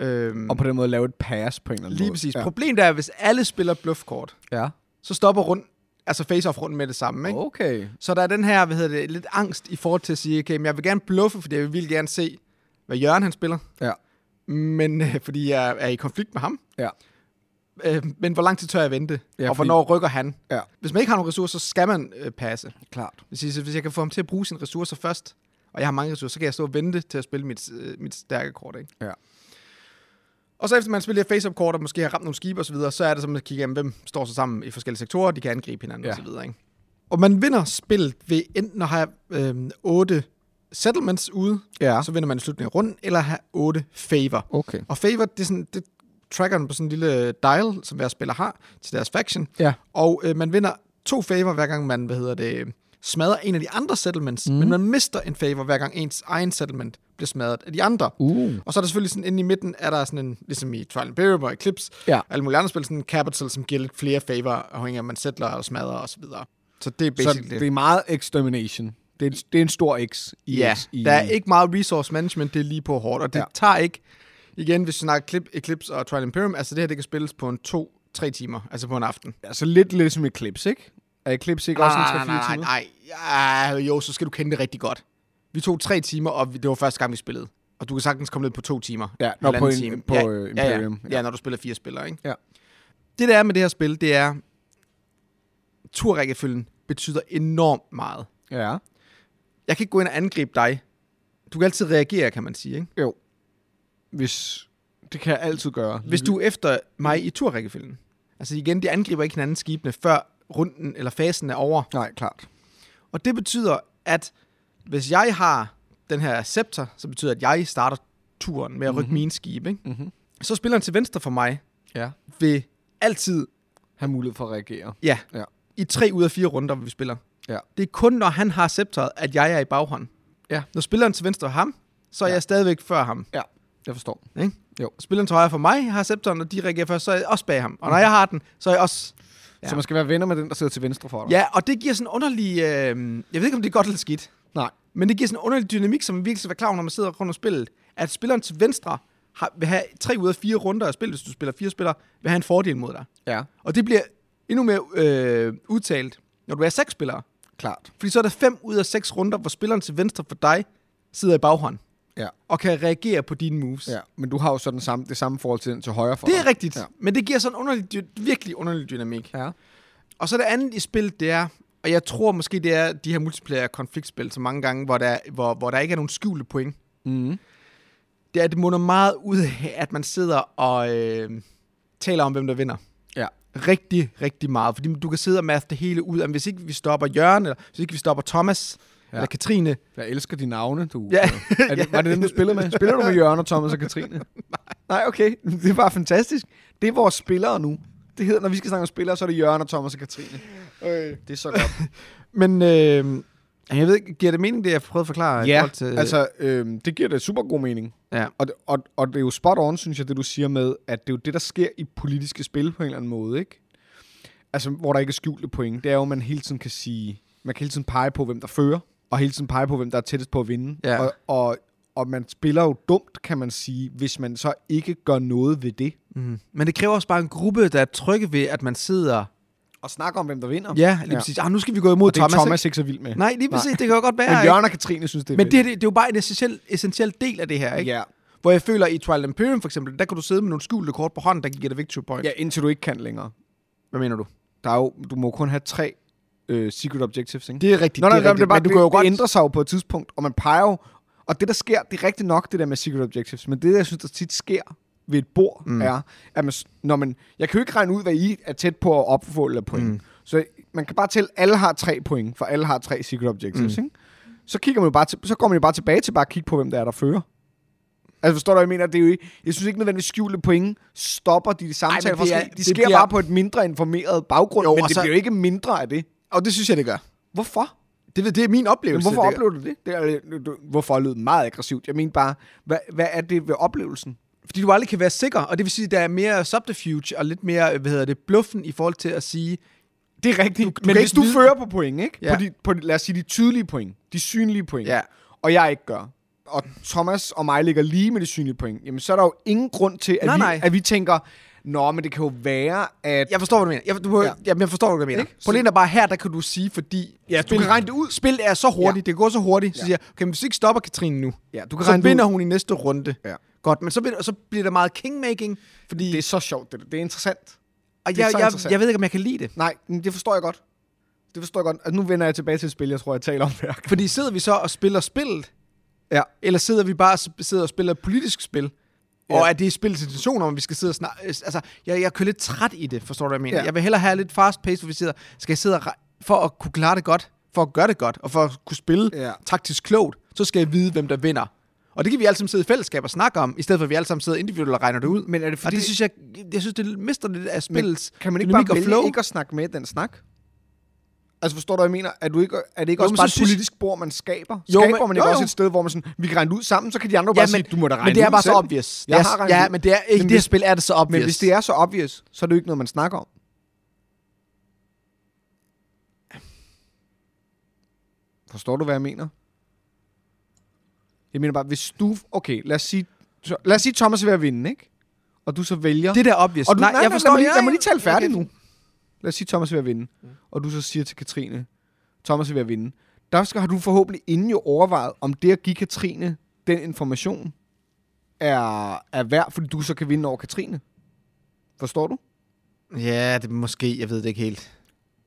Speaker 1: Øhm,
Speaker 2: Og på den måde lave et pass på en eller anden
Speaker 1: Lige
Speaker 2: måde.
Speaker 1: præcis.
Speaker 2: Ja.
Speaker 1: Problemet er, at hvis alle spiller bluffkort,
Speaker 2: ja.
Speaker 1: så stopper rundt, altså face-off rundt med det samme. Ikke?
Speaker 2: Okay.
Speaker 1: Så der er den her, hvad hedder det, lidt angst i forhold til at sige, okay, men jeg vil gerne bluffe, fordi jeg vil virkelig gerne se, hvad Jørgen han spiller.
Speaker 2: Ja.
Speaker 1: Men øh, fordi jeg er i konflikt med ham.
Speaker 2: Ja.
Speaker 1: Øh, men hvor lang tid tør jeg vente?
Speaker 2: Ja,
Speaker 1: Ja, og
Speaker 2: fordi-
Speaker 1: hvornår rykker han?
Speaker 2: Ja.
Speaker 1: Hvis man ikke har nogen ressourcer, så skal man øh, passe. Det
Speaker 2: Klart.
Speaker 1: vil sige, så hvis jeg kan få ham til at bruge sine ressourcer først, og jeg har mange ressourcer, så kan jeg stå og vente til at spille mit, øh, mit stærke kort. Ikke?
Speaker 2: Ja.
Speaker 1: Og så efter man spiller face-up kort, og måske har ramt nogle skibe osv., så, videre, så er det som at kigge, jamen, hvem står så sammen i forskellige sektorer, de kan angribe hinanden
Speaker 2: Ja.
Speaker 1: ja. osv. Ikke? Og man vinder spillet ved enten at have øh, 8 settlements ude,
Speaker 2: Ja.
Speaker 1: ja. så vinder man i slutningen af runden, eller have 8 favor.
Speaker 2: Okay.
Speaker 1: Og favor, det, er sådan, det tracker den på sådan en lille dial, som hver spiller har til deres faction.
Speaker 2: Ja.
Speaker 1: Og øh, man vinder to favor, hver gang man, hvad hedder det, smadrer en af de andre settlements, mm. men man mister en favor, hver gang ens egen settlement bliver smadret af de andre.
Speaker 3: Uh.
Speaker 1: Og så er der selvfølgelig sådan, inde i midten, er der sådan en, ligesom i Trial and Imperium og Eclipse,
Speaker 3: Ja.
Speaker 1: og alle mulige andre spil, sådan en capital, som giver lidt flere favor, afhængig af, om man settler og smadrer og Så, videre. så det er
Speaker 2: Så
Speaker 1: basically
Speaker 2: det er meget extermination. Det er, en- det er en stor X. I,
Speaker 1: Ja,
Speaker 2: i,
Speaker 1: der er ikke meget resource management, det er lige på hårdt, og det
Speaker 2: Ja.
Speaker 1: ja. tager ikke, igen, hvis vi snakker klip, Eclipse og Trial and Imperium, altså det her, det kan spilles på en to, tre timer, altså på en aften.
Speaker 2: Altså lidt lidt som Eclipse, ikke? Er Eclipse ikke også en 3-4
Speaker 1: Ah, nej,
Speaker 2: timer?
Speaker 1: nej, nej, nej, jo, så skal du kende det rigtig godt. Vi tog tre timer, og vi- det var første gang, vi spillede. Og du kan sagtens komme ned på to timer.
Speaker 2: Ja, når
Speaker 1: Halvanden
Speaker 2: på en-
Speaker 1: time.
Speaker 2: på,
Speaker 1: ja,
Speaker 2: øh,
Speaker 1: ja, ja,
Speaker 2: Imperium, ja.
Speaker 1: ja. når du spiller fire spillere, ikke?
Speaker 2: Ja.
Speaker 1: Det der er med det her spil, det er, turrækkefølgen betyder enormt meget.
Speaker 2: Ja.
Speaker 1: Jeg kan ikke gå ind og angribe dig. Du kan altid reagere, kan man sige, ikke?
Speaker 2: Mhm. Hvis, det kan jeg altid gøre.
Speaker 1: Hvis du er efter mig i turrækkefølgen. Altså igen, de angriber ikke hinandens skibene, før runden eller fasen er over.
Speaker 2: Nej, klart.
Speaker 1: Og det betyder, at hvis jeg har den her scepter, så betyder det, at jeg starter turen med at rykke mm-hmm. mine skibe, ikke?
Speaker 2: Mhm.
Speaker 1: så spilleren til venstre for mig
Speaker 2: Ja.
Speaker 1: vil altid,
Speaker 2: Har mulighed for at reagere.
Speaker 1: ja,
Speaker 2: Ja.
Speaker 1: ja. i tre ud af fire runder, hvor vi spiller.
Speaker 2: Ja.
Speaker 1: Det er kun, når han har scepteret, at jeg er i baghånd.
Speaker 2: Ja.
Speaker 1: Når spilleren til venstre er ham, så er
Speaker 2: Ja.
Speaker 1: ja. jeg stadigvæk før ham.
Speaker 2: Jeg forstår.
Speaker 1: Ikke?
Speaker 2: Jo.
Speaker 1: Spilleren til højre for mig har scepteren, og de reagerer først, så er jeg også bag ham. Og
Speaker 2: Mhm.
Speaker 1: når jeg har den, så er jeg også...
Speaker 2: Ja.
Speaker 1: Ja.
Speaker 2: Så man skal være venner med den, der sidder til venstre for dig.
Speaker 1: Ja, og det giver sådan en underlig... Øh, jeg ved ikke, om det er godt eller skidt.
Speaker 2: Nej.
Speaker 1: Men det giver sådan en underlig dynamik, som man virkelig skal være klar over, når man sidder rundt om spillet. At spilleren til venstre har, vil have tre ud af fire runder af spil, hvis du spiller fire spillere, vil have en fordel mod dig.
Speaker 2: Ja.
Speaker 1: Og det bliver endnu mere øh, udtalt, når du er seks spillere.
Speaker 2: Klart.
Speaker 1: Fordi så er der fem ud af seks runder, hvor spilleren til venstre for dig sidder i baghånd.
Speaker 2: Ja.
Speaker 1: Og kan reagere på dine moves.
Speaker 2: Ja. Men du har jo så den samme, det samme forhold til den til højre for
Speaker 1: Det
Speaker 2: dig.
Speaker 1: er rigtigt,
Speaker 2: Ja.
Speaker 1: ja. men det giver sådan en underlig, dy- virkelig underlig dynamik.
Speaker 2: Ja.
Speaker 1: Og så det andet i spil, det er, og jeg tror måske, det er de her multiplayer-konfliktspil, så mange gange, hvor der, hvor, hvor der ikke er nogen skjulte point.
Speaker 2: Mm.
Speaker 1: Det er, at det munder meget ud af, at man sidder og øh, taler om, hvem der vinder.
Speaker 2: Ja.
Speaker 1: Rigtig, rigtig meget. Fordi du kan sidde og mathe det hele ud. at Hvis ikke vi stopper Jørgen, eller hvis ikke vi stopper Thomas,
Speaker 2: Ja.
Speaker 1: ja. eller Katrine.
Speaker 2: Jeg elsker de navne, du.
Speaker 1: Ja.
Speaker 2: Er det, var det dem, du spillede med? Spiller du med Jørgen og Thomas og Katrine? Nej. <laughs> Nej, okay. Det er bare fantastisk. Det er vores spillere nu. Det hedder, når vi skal snakke om spillere, så er det Jørgen og Thomas og Katrine.
Speaker 1: Øh.
Speaker 2: Det er så godt.
Speaker 1: Men øh, jeg ved ikke, giver det mening, det jeg prøvede at forklare? i
Speaker 2: ja,
Speaker 1: forhold til,
Speaker 2: altså, øh, det giver da super god mening.
Speaker 1: Ja.
Speaker 2: Og, det- og, og det er jo spot on, synes jeg, det du siger med, at det er jo det, der sker i politiske spil på en eller anden måde, ikke? Altså, hvor der ikke er skjulte point. Det er jo, at man hele tiden kan sige, man kan hele tiden pege på, hvem der fører, og hele tiden pege på, hvem der er tættest på at vinde.
Speaker 1: Ja.
Speaker 2: Og, og, og man spiller jo dumt, kan man sige, hvis man så ikke gør noget ved det.
Speaker 1: Mm. Men det kræver også bare en gruppe, der er trygge ved, at man sidder...
Speaker 2: Og snakker om, hvem der vinder.
Speaker 1: Ja, lige
Speaker 2: Ja.
Speaker 1: ja. præcis. Ah, nu skal vi gå imod
Speaker 2: og det er
Speaker 1: Thomas. ikke?
Speaker 2: Thomas ikke så vild med.
Speaker 1: Nej, lige præcis. Det kan jo godt være.
Speaker 2: Men
Speaker 1: ikke?
Speaker 2: Jørgen og Katrine synes, det er
Speaker 1: Men
Speaker 2: fedt.
Speaker 1: det, her, det, det er jo bare en essentiel, essentiel del af det her, ikke?
Speaker 2: Ja.
Speaker 1: Hvor jeg føler, i Twilight Imperium for eksempel, der kan du sidde med nogle skjulte kort på hånden, der kan give dig victory point.
Speaker 2: ja, indtil du ikke kan længere.
Speaker 1: Hvad mener du?
Speaker 2: Der er jo, du må kun have tre øh, secret objectives, ikke?
Speaker 1: Det er rigtigt.
Speaker 2: Nå, nej,
Speaker 1: det er
Speaker 2: nej,
Speaker 1: rigtigt.
Speaker 2: det, bare,
Speaker 1: men du
Speaker 2: det,
Speaker 1: kan jo
Speaker 2: det
Speaker 1: godt...
Speaker 2: ændrer sig jo på et tidspunkt, og man peger jo, og det der sker, det er rigtigt nok det der med secret objectives, men det jeg synes, der tit sker ved et bord, mm. er, at man, s- når man, jeg kan jo ikke regne ud, hvad I er tæt på at opfå eller point. Mm. Så man kan bare tælle, alle har tre point, for alle har tre secret objectives, mm. ikke? Så, kigger man jo bare til, så går man jo bare tilbage til bare at kigge på, hvem der er, der fører. Altså forstår du, hvad jeg mener? Det er jo ikke, jeg synes ikke nødvendigvis skjulte point stopper de samtaler.
Speaker 1: det
Speaker 2: Ej, det
Speaker 1: er-
Speaker 2: er, de
Speaker 1: det
Speaker 2: sker
Speaker 1: bliver-
Speaker 2: bare på et mindre informeret baggrund, jo,
Speaker 1: Jo,
Speaker 2: men
Speaker 1: og
Speaker 2: det
Speaker 1: så-
Speaker 2: bliver jo ikke mindre af det.
Speaker 1: Og det synes jeg, det gør.
Speaker 2: Hvorfor?
Speaker 1: Det, ved- det er min
Speaker 2: Men
Speaker 1: oplevelse.
Speaker 2: hvorfor
Speaker 1: det gør.
Speaker 2: oplever du det? det er, du, hvorfor lød meget aggressivt? Jeg mener bare, hvad, hvad er det ved oplevelsen?
Speaker 1: Fordi du aldrig kan være sikker, og det vil sige, at der er mere subterfuge og lidt mere, hvad hedder det, bluffen i forhold til at sige...
Speaker 2: Det er rigtigt. Du, men
Speaker 1: kan
Speaker 2: hvis
Speaker 1: ikke
Speaker 2: du
Speaker 1: vide-
Speaker 2: fører på point, ikke? Ja.
Speaker 1: Ja.
Speaker 2: På de, på, de- lad os sige de tydelige point, de synlige point,
Speaker 1: Ja.
Speaker 2: og jeg ikke gør, og Thomas og mig ligger lige med de synlige point, jamen så er der jo ingen grund til, at,
Speaker 1: Nej,
Speaker 2: vi,
Speaker 1: nej.
Speaker 2: at vi tænker, nå, men det kan jo være, at...
Speaker 1: Jeg forstår, hvad du mener. Jeg, du,
Speaker 2: Ja.
Speaker 1: ja. Jamen, jeg forstår, hvad du mener.
Speaker 2: Ikke? Så-
Speaker 1: Problemet er bare, her der kan du sige, fordi...
Speaker 2: Ja, du kan regne det ud.
Speaker 1: Spil er så hurtigt, ja. det går så hurtigt. Så
Speaker 2: Ja.
Speaker 1: ja. siger jeg, okay, men hvis vi ikke stopper Katrine nu,
Speaker 2: Ja, du kan
Speaker 1: så
Speaker 2: regne det
Speaker 1: vinder
Speaker 2: ud.
Speaker 1: hun i næste runde.
Speaker 2: Ja.
Speaker 1: Godt, men så, vil, så bliver der meget kingmaking, fordi...
Speaker 2: Det er så sjovt, det, der. det er interessant.
Speaker 1: Og
Speaker 2: Det er
Speaker 1: jeg,
Speaker 2: så
Speaker 1: jeg,
Speaker 2: interessant.
Speaker 1: jeg ved ikke, om jeg kan lide det.
Speaker 2: Nej, men det forstår jeg godt. Det forstår jeg godt. Altså, nu vender jeg tilbage til et spil, jeg tror, jeg taler om her.
Speaker 1: Fordi sidder vi så og spiller spillet,
Speaker 2: Ja.
Speaker 1: eller sidder vi bare og s- sidder og spiller et politisk spil?
Speaker 2: Ja.
Speaker 1: Ja. Og er det spillets intention om, at vi skal sidde og snakke... Altså, jeg, jeg kører lidt træt i det, forstår du, hvad jeg mener?
Speaker 2: Ja.
Speaker 1: Ja. Jeg vil hellere have lidt fast pace, hvor vi sidder... Skal jeg sidde og, re- for at kunne klare det godt, for at gøre det godt, og for at kunne spille
Speaker 2: Ja.
Speaker 1: ja. taktisk klogt, så skal jeg vide, hvem der vinder. Og det kan vi alle sammen sidde i fællesskab og snakke om, i stedet for at vi alle sammen sidder individuelt og regner det ud.
Speaker 2: Men er det
Speaker 1: og
Speaker 2: fordi-
Speaker 1: det synes jeg, jeg synes, det mister lidt af spillets
Speaker 2: Kan man ikke
Speaker 1: dynamik
Speaker 2: bare
Speaker 1: og
Speaker 2: vælge
Speaker 1: flow.
Speaker 2: ikke at snakke med i den snak? Altså forstår du, hvad jeg mener? Er, du ikke, er det ikke
Speaker 1: Jo,
Speaker 2: jo, også
Speaker 1: men
Speaker 2: bare
Speaker 1: så
Speaker 2: et
Speaker 1: synes-
Speaker 2: politisk bord, man skaber?
Speaker 1: Jo,
Speaker 2: skaber
Speaker 1: men-
Speaker 2: man ikke
Speaker 1: jo,
Speaker 2: også
Speaker 1: jo.
Speaker 2: et sted, hvor man sådan, vi kan regne det ud sammen, så kan de andre jo bare sige, du må da regne
Speaker 1: men det er
Speaker 2: ud
Speaker 1: bare
Speaker 2: selv.
Speaker 1: så obvious.
Speaker 2: Jeg
Speaker 1: Det er-
Speaker 2: har regnet
Speaker 1: ja,
Speaker 2: ud.
Speaker 1: men det er ikke
Speaker 2: Men
Speaker 1: men det her
Speaker 2: hvis-
Speaker 1: spil, er det så obvious.
Speaker 2: Men hvis det er så obvious, så er det jo ikke noget, man snakker om. Forstår du, hvad jeg mener? Jeg mener bare, hvis du... Okay, lad os sige, så- lad os sige Thomas er ved at vinde, ikke? Og du så vælger...
Speaker 1: det der er obvious.
Speaker 2: og du, nej, nej,
Speaker 1: jeg forstår
Speaker 2: lad, mig lige,
Speaker 1: ja,
Speaker 2: lad mig lige
Speaker 1: ja.
Speaker 2: tale færdig
Speaker 1: Okay.
Speaker 2: nu. Lad os sige, Thomas er ved at vinde. Og du så siger til Katrine, Thomas er ved at vinde. Der skal, har du forhåbentlig inden jo overvejet, om det at give Katrine den information er, er værd, fordi du så kan vinde over Katrine. Forstår du?
Speaker 1: Ja, det er måske. Jeg ved det ikke helt.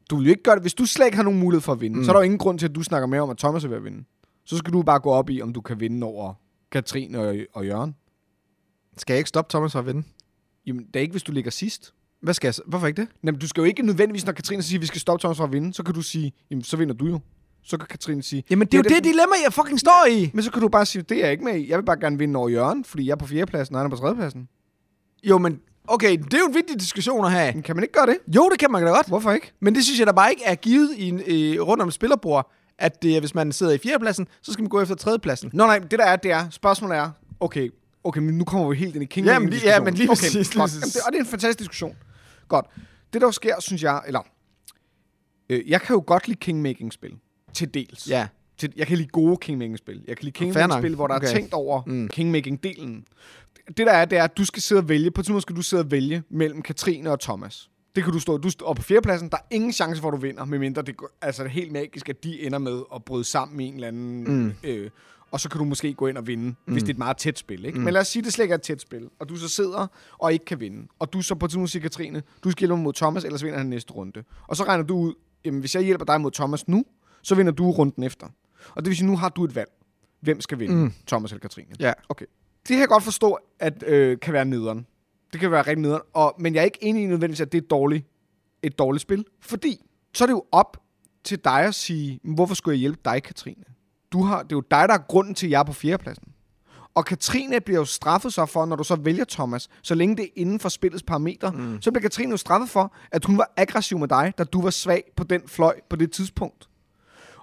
Speaker 2: Du vil jo ikke gøre det, hvis du slet ikke har nogen mulighed for at vinde.
Speaker 1: Mm.
Speaker 2: Mm. Så er der jo ingen grund til, at du snakker mere om, at Thomas er ved at vinde. Så skal du bare gå op i, om du kan vinde over Katrine og, og Jørgen.
Speaker 1: Skal jeg ikke stoppe Thomas for at vinde?
Speaker 2: Jamen, det er ikke, hvis du ligger sidst.
Speaker 1: Hvad skal jeg så? Hvorfor ikke det?
Speaker 2: Jamen, du skal jo ikke nødvendigvis, når Katrine siger, at vi skal stoppe Thomas fra at vinde, så kan du sige, jamen, så vinder du jo. Så kan Katrine sige,
Speaker 1: Jamen, det er jo det, dilemma, jeg fucking står i.
Speaker 2: Men så kan du bare sige, det er jeg ikke med i. Jeg vil bare gerne vinde over Jørgen, fordi jeg er på fjerdepladsen, og han er på tredjepladsen.
Speaker 1: Jo, men okay, det er jo en vigtig diskussion at have.
Speaker 2: Men kan man ikke gøre det?
Speaker 1: Jo, det kan man da godt.
Speaker 2: Hvorfor ikke?
Speaker 1: Men det synes jeg da bare ikke er givet i en, øh, rundt om et spillerbord, at det, er, hvis man sidder i fjerdepladsen, så skal man gå efter tredjepladsen.
Speaker 2: Nå nej, det der er, det er, spørgsmålet er, okay, okay, men nu kommer vi helt ind i King
Speaker 1: Jamen, lige- ja, men lige
Speaker 2: okay,
Speaker 1: præcis, lige
Speaker 2: Godt.
Speaker 1: præcis.
Speaker 2: Jamen, det, og det er en fantastisk diskussion. Godt. Det der jo sker, synes jeg, eller, øh, jeg kan jo godt lide kingmaking-spil. Til dels.
Speaker 1: Ja.
Speaker 2: til, jeg kan lide gode kingmaking-spil. Jeg kan lide kingmaking-spil,
Speaker 1: nok.
Speaker 2: hvor der okay.
Speaker 1: Okay.
Speaker 2: er tænkt over
Speaker 1: Mm.
Speaker 2: mm. kingmaking-delen. Det der er, det er, at du skal sidde og vælge, på et tidspunkt skal du sidde og vælge mellem Katrine og Thomas. Det kan du stå, du står på fjerdepladsen, der er ingen chance for, at du vinder, medmindre det går- altså, det er helt magisk, at de ender med at bryde sammen i en eller anden...
Speaker 1: Mm.
Speaker 2: Øh, og så kan du måske gå ind og vinde, mm. hvis det er et meget tæt spil. Ikke? Mm. Men lad os sige, det slet ikke er et tæt spil, og du så sidder og ikke kan vinde. Og du så på et tidspunkt siger Katrine, du skal hjælpe mig mod Thomas, ellers vinder han næste runde. Og så regner du ud, jamen, hvis jeg hjælper dig mod Thomas nu, så vinder du runden efter. Og det vil sige, nu har du et valg. Hvem skal vinde?
Speaker 1: Mm.
Speaker 2: Mm. Thomas eller Katrine?
Speaker 1: Ja.
Speaker 2: Okay. Det kan jeg godt forstå, at øh, kan være nederen. Det kan være rigtig nederen. Og, men jeg er ikke enig i nødvendigvis, at det er et dårligt, et dårligt spil. Fordi så er det jo op til dig at sige, "Men hvorfor skulle jeg hjælpe dig, Katrine? Du har, det er jo dig, der er grunden til, at jeg er på fjerdepladsen. Og Katrine bliver jo straffet så for, når du så vælger Thomas, så længe det er inden for spillets parametre, mm. så bliver Katrine jo straffet for, at hun var aggressiv med dig, da du var svag på den fløj på det tidspunkt.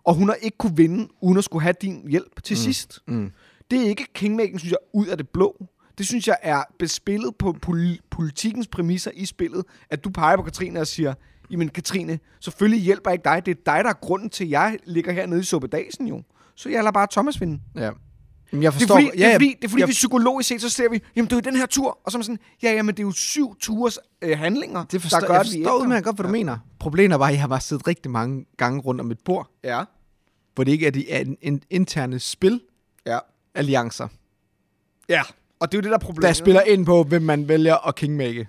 Speaker 2: Og hun har ikke kunne vinde, uden at skulle have din hjælp til mm. sidst.
Speaker 1: Mm.
Speaker 2: Det er ikke kingmaking, synes jeg, ud af det blå. Det synes jeg er bespillet på pol- politikens præmisser i spillet, at du peger på Katrine og siger, jamen Katrine, selvfølgelig hjælper jeg ikke dig. Det er dig, der er grunden til, at jeg ligger hernede i suppedasen jo. Så jeg lader bare Thomas vinde.
Speaker 1: Ja. Jamen, jeg
Speaker 2: Det er
Speaker 1: forstår...
Speaker 2: fordi, ja, det er fordi, det er fordi
Speaker 1: jeg,
Speaker 2: vi psykologisk set, så ser vi, jamen det er jo den her tur, og så er man sådan, ja, ja, men det er jo syv tures øh, handlinger,
Speaker 1: det forstår,
Speaker 2: der gør,
Speaker 1: jeg
Speaker 2: at vi
Speaker 1: forstår
Speaker 2: ændrer.
Speaker 1: udmærket godt, hvad du ja. mener. Problemet er bare, at jeg har bare siddet rigtig mange gange rundt om et bord,
Speaker 2: Ja,
Speaker 1: hvor det ikke er de er en, en interne spilalliancer,
Speaker 2: ja, ja. Og det er jo det, der er problemet.
Speaker 1: der spiller ind på, hvem man vælger at kingmake.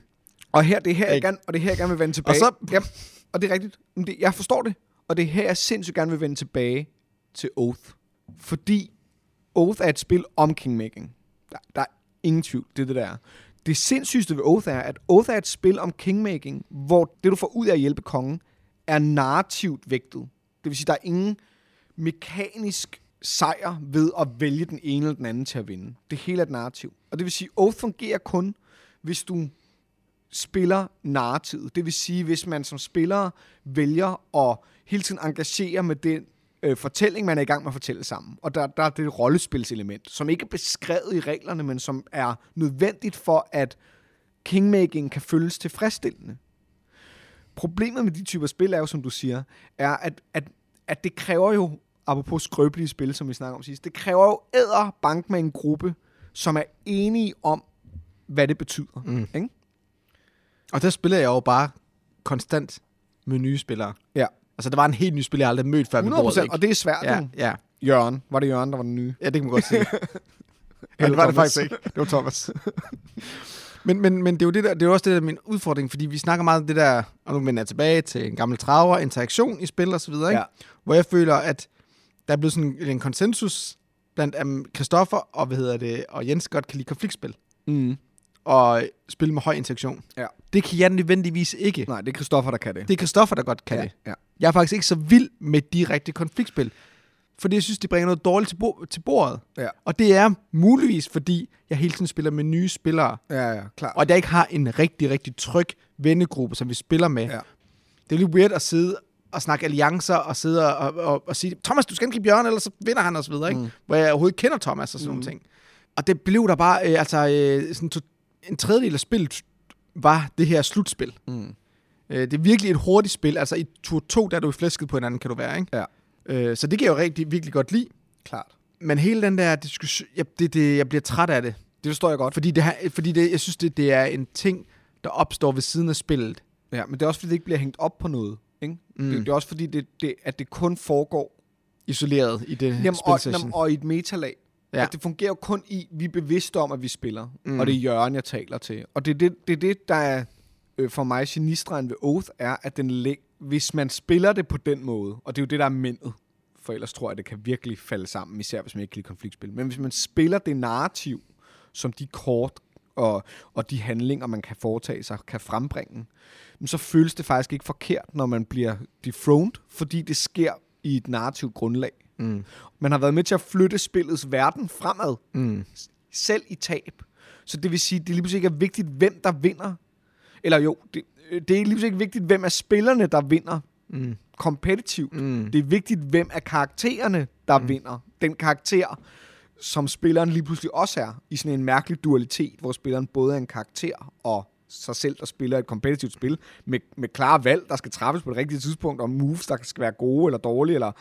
Speaker 2: Og her, det er her, jeg
Speaker 1: Ikke?
Speaker 2: gerne, og det er her, jeg gerne vil vende tilbage.
Speaker 1: så-
Speaker 2: ja, og det er rigtigt. Men det, jeg forstår det. Og det er her, jeg sindssygt gerne vil vende tilbage til Oath. Fordi Oath er et spil om kingmaking. Der, der er ingen tvivl, det er det, der er. Det sindssygste ved Oath er, at Oath er et spil om kingmaking, hvor det, du får ud af at hjælpe kongen, er narrativt vægtet. Det vil sige, der er ingen mekanisk sejr ved at vælge den ene eller den anden til at vinde. Det hele er et narrativ. Og det vil sige, Oath fungerer kun, hvis du spiller narrativet. Det vil sige, hvis man som spiller vælger at hele tiden engagere med den øh, fortælling, man er i gang med at fortælle sammen. Og der, der er det rollespilselement, som ikke er beskrevet i reglerne, men som er nødvendigt for, at kingmaking kan føles tilfredsstillende. Problemet med de typer spil er jo, som du siger, er, at, at, at det kræver jo, apropos skrøbelige spil, som vi snakker om sidst, det kræver jo æder bank med en gruppe, som er enige om, hvad det betyder. Mm. Ikke?
Speaker 1: Og der spiller jeg jo bare konstant med nye spillere.
Speaker 2: Ja.
Speaker 1: Altså, der var en helt ny spiller, jeg aldrig mødt før. ved
Speaker 2: 100
Speaker 1: bordet,
Speaker 2: procent,
Speaker 1: ikke?
Speaker 2: og det er svært.
Speaker 1: Ja,
Speaker 2: Ja.
Speaker 1: ja.
Speaker 2: Jørgen. Var det Jørgen, der var den nye?
Speaker 1: Ja, det kan man godt sige. <laughs> Eller det var det
Speaker 2: Thomas.
Speaker 1: faktisk ikke. Det var <laughs> Thomas. men, men, men det, er jo det, der, det er jo også det der er min udfordring, fordi vi snakker meget om det der, og nu vender jeg tilbage til en gammel traver, interaktion i spil og så videre, ikke?
Speaker 2: Ja.
Speaker 1: hvor jeg føler, at der er blevet sådan en konsensus blandt um, Christoffer og, hvad hedder det, og Jens godt kan lide konfliktspil
Speaker 2: Mm.
Speaker 1: og spil med høj interaktion.
Speaker 2: Ja.
Speaker 1: Det kan jeg nødvendigvis ikke.
Speaker 2: Nej, det er Christoffer, der kan det.
Speaker 1: Det er Christoffer, der godt kan
Speaker 2: ja.
Speaker 1: det.
Speaker 2: Ja.
Speaker 1: Jeg er faktisk ikke så vild med direkte konfliktspil, fordi jeg synes, det bringer noget dårligt til, bo- til bordet.
Speaker 2: Ja.
Speaker 1: Og det er muligvis, fordi jeg hele tiden spiller med nye spillere,
Speaker 2: ja, ja, klart.
Speaker 1: og jeg ikke har en rigtig, rigtig tryg vennegruppe, som vi spiller med.
Speaker 2: Ja.
Speaker 1: Det er lidt weird at sidde at snakke alliancer og sidde og, og, og, og sige, Thomas, du skal ikke give Bjørn, ellers så vinder han osv., ikke? Mm. Hvor jeg overhovedet kender Thomas og sådan mm. nogle ting. Og det blev der bare, øh, altså øh, sådan to, en tredjedel af spillet var det her slutspil.
Speaker 2: Mm.
Speaker 1: Øh, det er virkelig et hurtigt spil. Altså i tur 2, der er du i flæsket på hinanden, kan du være, ikke?
Speaker 2: Ja,
Speaker 1: Øh, så det kan jeg jo rigtig, virkelig godt lide.
Speaker 2: klart.
Speaker 1: Men hele den der diskussion, jeg, det, det, jeg bliver træt af det.
Speaker 2: Det forstår jeg godt.
Speaker 1: Fordi, det, har- fordi det, jeg synes, det, det er en ting, der opstår ved siden af spillet.
Speaker 2: Ja, men det er også, fordi det ikke bliver hængt op på noget. Ikke?
Speaker 1: Mm.
Speaker 2: Mm. Det, det er også, fordi det, det, at det kun foregår
Speaker 1: Isoleret i det
Speaker 2: Jamen, og,
Speaker 1: spilsession.
Speaker 2: jamen, og i et metalag.
Speaker 1: Ja.
Speaker 2: Ja. At det fungerer jo kun i, vi er bevidste om, at vi spiller.
Speaker 1: Mm.
Speaker 2: Mm. Og det er Jørgen, jeg taler til. Og det er det, det, er det der er øh, for mig genistregen ved Oath, er, at den læ- hvis man spiller det på den måde, og det er jo det, der er mændet, for ellers tror jeg, det kan virkelig falde sammen, især hvis man ikke kan lide konfliktspil. Men hvis man spiller det narrativ, som de kort og, og de handlinger, man kan foretage sig, kan frembringe, jamen, så føles det faktisk ikke forkert, når man bliver dethroned, fordi det sker i et narrativt grundlag.
Speaker 1: Mm.
Speaker 2: Man har været med til at flytte spillets verden fremad,
Speaker 1: Mm.
Speaker 2: selv i tab. Så det vil sige, det er lige pludselig ikke er vigtigt, hvem der vinder. Eller jo, det, øh, det er lige pludselig ikke vigtigt, hvem er spillerne, der vinder
Speaker 1: Mm.
Speaker 2: kompetitivt.
Speaker 1: Mm.
Speaker 2: Det er vigtigt, hvem er karaktererne, der mm. vinder. Den karakter, som spilleren lige pludselig også er, i sådan en mærkelig dualitet, hvor spilleren både er en karakter og sig selv, der spiller et kompetitivt spil, med, med klare valg, der skal træffes på det rigtige tidspunkt, og moves, der skal være gode eller dårlige. Eller,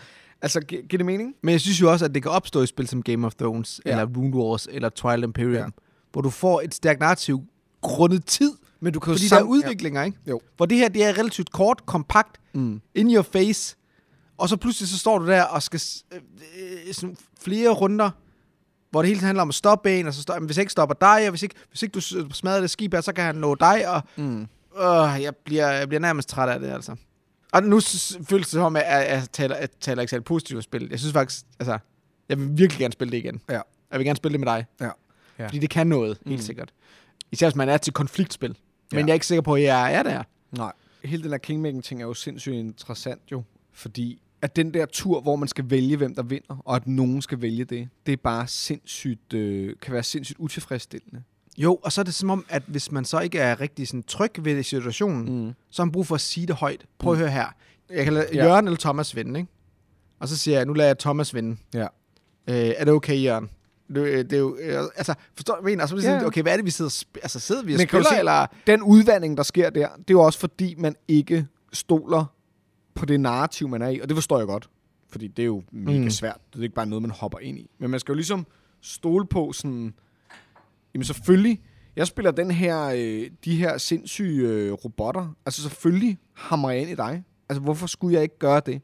Speaker 2: altså, gi- giver det mening?
Speaker 1: Men jeg synes jo også, at det kan opstå i spil som Game of Thrones, ja.
Speaker 2: Ja.
Speaker 1: eller Rune Wars, eller Twilight Imperium, ja.
Speaker 2: Ja.
Speaker 1: hvor du får et stærkt narrativ grundet tid,
Speaker 2: Men du kan
Speaker 1: fordi der er
Speaker 2: sam- ja.
Speaker 1: udviklinger, ikke?
Speaker 2: Jo.
Speaker 1: Hvor det her, det er relativt kort, kompakt, mm. in your face, og så pludselig så står du der og skal s- øh, øh, sådan flere runder, hvor det hele tiden handler om at stoppe en, og så står, jamen, hvis jeg ikke stopper dig, og hvis ikke, hvis ikke du s- smadrer det skib her, så kan han nå dig, og
Speaker 2: Mm.
Speaker 1: øh, jeg, bliver, jeg bliver nærmest træt af det, altså. Og nu s- føles det som, at jeg, jeg, taler, jeg taler ikke særlig positivt om spillet. Jeg synes faktisk, altså, jeg vil virkelig gerne spille det igen.
Speaker 2: Ja.
Speaker 1: Jeg vil gerne spille det med dig.
Speaker 2: Ja. Ja.
Speaker 1: Fordi det kan noget, helt mm. sikkert. Især hvis man er til konfliktspil. Men
Speaker 2: Ja.
Speaker 1: jeg er ikke sikker på, at jeg er der.
Speaker 2: Nej. Hele den her kingmaking-ting er jo sindssygt interessant jo, fordi at den der tur, hvor man skal vælge, hvem der vinder, og at nogen skal vælge det, det er bare sindssygt, øh, kan være sindssygt utilfredsstillende.
Speaker 1: Jo, og så er det som om, at hvis man så ikke er rigtig sådan tryg ved situationen, mm. så har man brug for at sige det højt. Prøv at høre her. Jeg kan lade
Speaker 2: Mm. Ja.
Speaker 1: Jørgen eller Thomas vinde, ikke? Og så siger jeg, nu lader jeg Thomas vinde.
Speaker 2: Ja.
Speaker 1: Øh, er det okay, Jørgen? Det, øh, det er jo, øh, altså, forstår du, hvad jeg mener? Og så bliver det
Speaker 2: Ja.
Speaker 1: sådan, okay, hvad er det, vi sidder og sp- altså, sidder vi og
Speaker 2: Men kan du
Speaker 1: spiller,
Speaker 2: se-
Speaker 1: eller?
Speaker 2: Den udvandring, der sker der, det er jo også fordi, man ikke stoler på det narrativ, man er i, og det forstår jeg godt, fordi det er jo mega
Speaker 1: Mm.
Speaker 2: mm. svært. Det er ikke bare noget, man hopper ind i. Men man skal jo ligesom stole på sådan, jamen selvfølgelig, jeg spiller den her, øh, de her sindssyge øh, robotter, altså selvfølgelig hammer jeg ind i dig. Altså hvorfor skulle jeg ikke gøre det?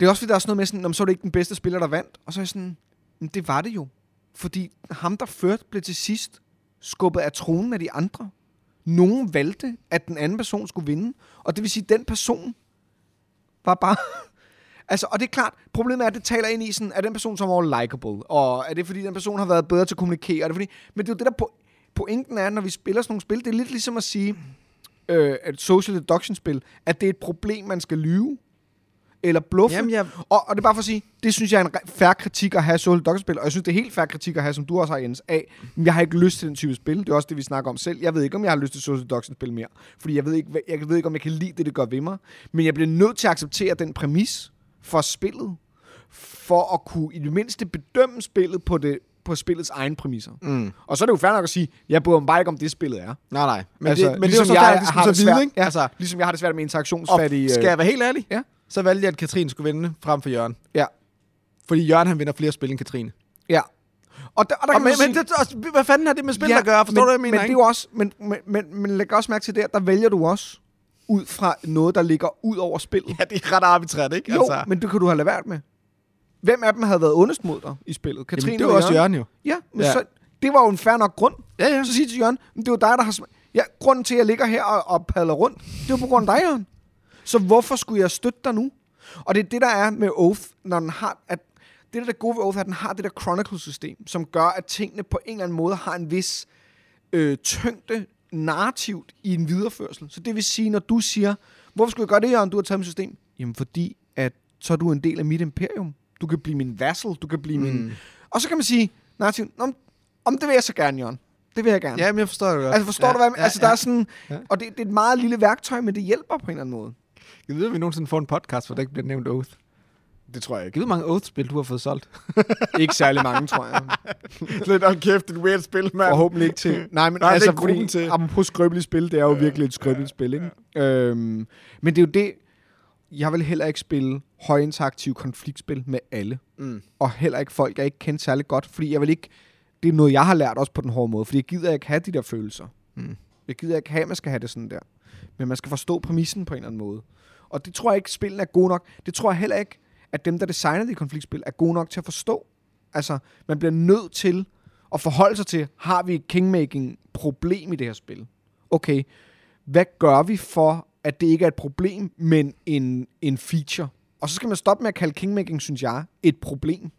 Speaker 2: Det er også fordi, der er sådan noget med sådan, "Nå, men så er det ikke den bedste spiller, der vandt. Og så er jeg sådan, "Men det var det jo. Fordi ham, der førte, blev til sidst skubbet af tronen af de andre. Nogen valgte, at den anden person skulle vinde. Og det vil sige, at den person var bare... <laughs> altså, og det er klart, problemet er, at det taler ind i sådan, er den person som er likable? Og er det, fordi den person har været bedre til at kommunikere? Er det fordi... Men det er jo det, der po- pointen er, når vi spiller sådan nogle spil, det er lidt ligesom at sige, øh, et social deduction-spil, at det er et problem, man skal lyve eller bluffe.
Speaker 1: Jamen, jeg-
Speaker 2: og, og det er bare for at sige, det synes jeg er en re- fair kritik at have social deduction-spil, og jeg synes, det er helt fair kritik at have, som du også har, Jens, af, men jeg har ikke lyst til den type spil. Det er også det, vi snakker om selv. Jeg ved ikke, om jeg har lyst til social deduction-spil mere, fordi jeg ved, ikke, hvad- jeg ved ikke, om jeg kan lide det, det gør ved mig. Men jeg bliver nødt til at acceptere den præmis for spillet, for at kunne i det mindste bedømme spillet på, det, på spillets egen præmisser.
Speaker 1: Mm.
Speaker 2: Og så er det jo fair nok at sige, jeg bryder mig bare ikke om det, spillet er.
Speaker 1: Nej, nej. Men,
Speaker 2: Altså,
Speaker 1: det, men
Speaker 2: ligesom
Speaker 1: det er jo
Speaker 2: jeg
Speaker 1: sådan, der,
Speaker 2: har
Speaker 1: det skulle
Speaker 2: det
Speaker 1: så
Speaker 2: svært.
Speaker 1: vide, ikke?
Speaker 2: Ja.
Speaker 1: Altså,
Speaker 2: Ligesom jeg har det svært med
Speaker 1: og
Speaker 2: interaktionsfattige... øh,
Speaker 1: skal jeg være helt ærlig,
Speaker 2: Ja.
Speaker 1: så valgte jeg, at Katrine skulle vinde frem for Jørgen.
Speaker 2: Ja.
Speaker 1: Fordi Jørgen, han vinder flere spil end Katrine.
Speaker 2: Ja. Og der, og
Speaker 1: Og
Speaker 2: der kan
Speaker 1: men,
Speaker 2: man sige,
Speaker 1: men det, er også, hvad fanden har det med spil at gøre? Forstår
Speaker 2: men,
Speaker 1: du, hvad jeg mener?
Speaker 2: Men, det er
Speaker 1: ikke?
Speaker 2: jo også, men, men, men, men læg også mærke til det, at der vælger du også ud fra noget, der ligger ud over spillet.
Speaker 1: ja, det er ret arbitrært, ikke?
Speaker 2: Jo, altså. men det kan du have lade være med. Hvem af dem havde været ondest mod dig i spillet?
Speaker 1: Jamen,
Speaker 2: Katrine
Speaker 1: det var også
Speaker 2: eller
Speaker 1: Jørgen jo.
Speaker 2: Ja, men
Speaker 1: Ja.
Speaker 2: ja. Så, det var jo en fair nok grund.
Speaker 1: Ja, ja.
Speaker 2: Så siger jeg til Jørgen, "Men det er jo dig, der har... Sm- ja, grunden til, at jeg ligger her og, og padler rundt, det er jo på grund af dig, Jørgen. Så hvorfor skulle jeg støtte dig nu? Og det er det, der er med Oath, når den har... At det, der er det gode ved Oath, er, at den har det der Chronicle-system, som gør, at tingene på en eller anden måde har en vis øh, tyngde narrativt i en videreførsel. Så det vil sige, når du siger, hvorfor skulle jeg gøre det, Jørgen, du har taget mit system? Jamen fordi, at så er du en del af mit imperium. Du kan blive min vassal, du kan blive mm. min... Og så kan man sige, narrativt, om, om det vil jeg så gerne, Jørgen. Det vil jeg gerne.
Speaker 1: Ja, men jeg forstår det godt.
Speaker 2: Altså forstår
Speaker 1: ja,
Speaker 2: du hvad? jeg-
Speaker 1: ja,
Speaker 2: altså
Speaker 1: ja.
Speaker 2: der er sådan,
Speaker 1: Ja.
Speaker 2: og det, det er et meget lille værktøj, men det hjælper på en eller anden måde.
Speaker 1: Jeg ved, om vi nogensinde får en podcast, hvor der ikke bliver nævnt Oath.
Speaker 2: Det tror jeg ikke.
Speaker 1: Jeg ved, hvor mange Oath-spil, du har fået solgt.
Speaker 2: Ikke særlig mange, tror jeg.
Speaker 1: <laughs> Lidt om kæft, et weird spil, mand.
Speaker 2: Forhåbentlig ikke til.
Speaker 1: Nej,
Speaker 2: Nej, men
Speaker 1: det er
Speaker 2: Nej, altså,
Speaker 1: ikke
Speaker 2: fordi,
Speaker 1: gruppen til.
Speaker 2: til. apropos skrøbeligt spil, det er jo ja, virkelig et skrøbeligt ja, spil, ikke? Ja. Øhm, men det er jo det, jeg vil heller ikke spille højinteraktive konfliktspil med alle.
Speaker 1: Mm.
Speaker 2: Og heller ikke folk, jeg ikke kender særlig godt, fordi jeg vil ikke, det er noget, jeg har lært også på den hårde måde, fordi jeg gider ikke have de der følelser.
Speaker 1: Mm.
Speaker 2: Jeg gider ikke have, at man skal have det sådan der. Men man skal forstå præmissen på en eller anden måde. Og det tror jeg ikke, spillene er gode nok. Det tror jeg heller ikke, at dem, der designer de konfliktspil, er gode nok til at forstå. Altså, man bliver nødt til at forholde sig til, har vi et kingmaking-problem i det her spil? Okay, hvad gør vi for, at det ikke er et problem, men en, en feature? Og så skal man stoppe med at kalde kingmaking, synes jeg, et problem.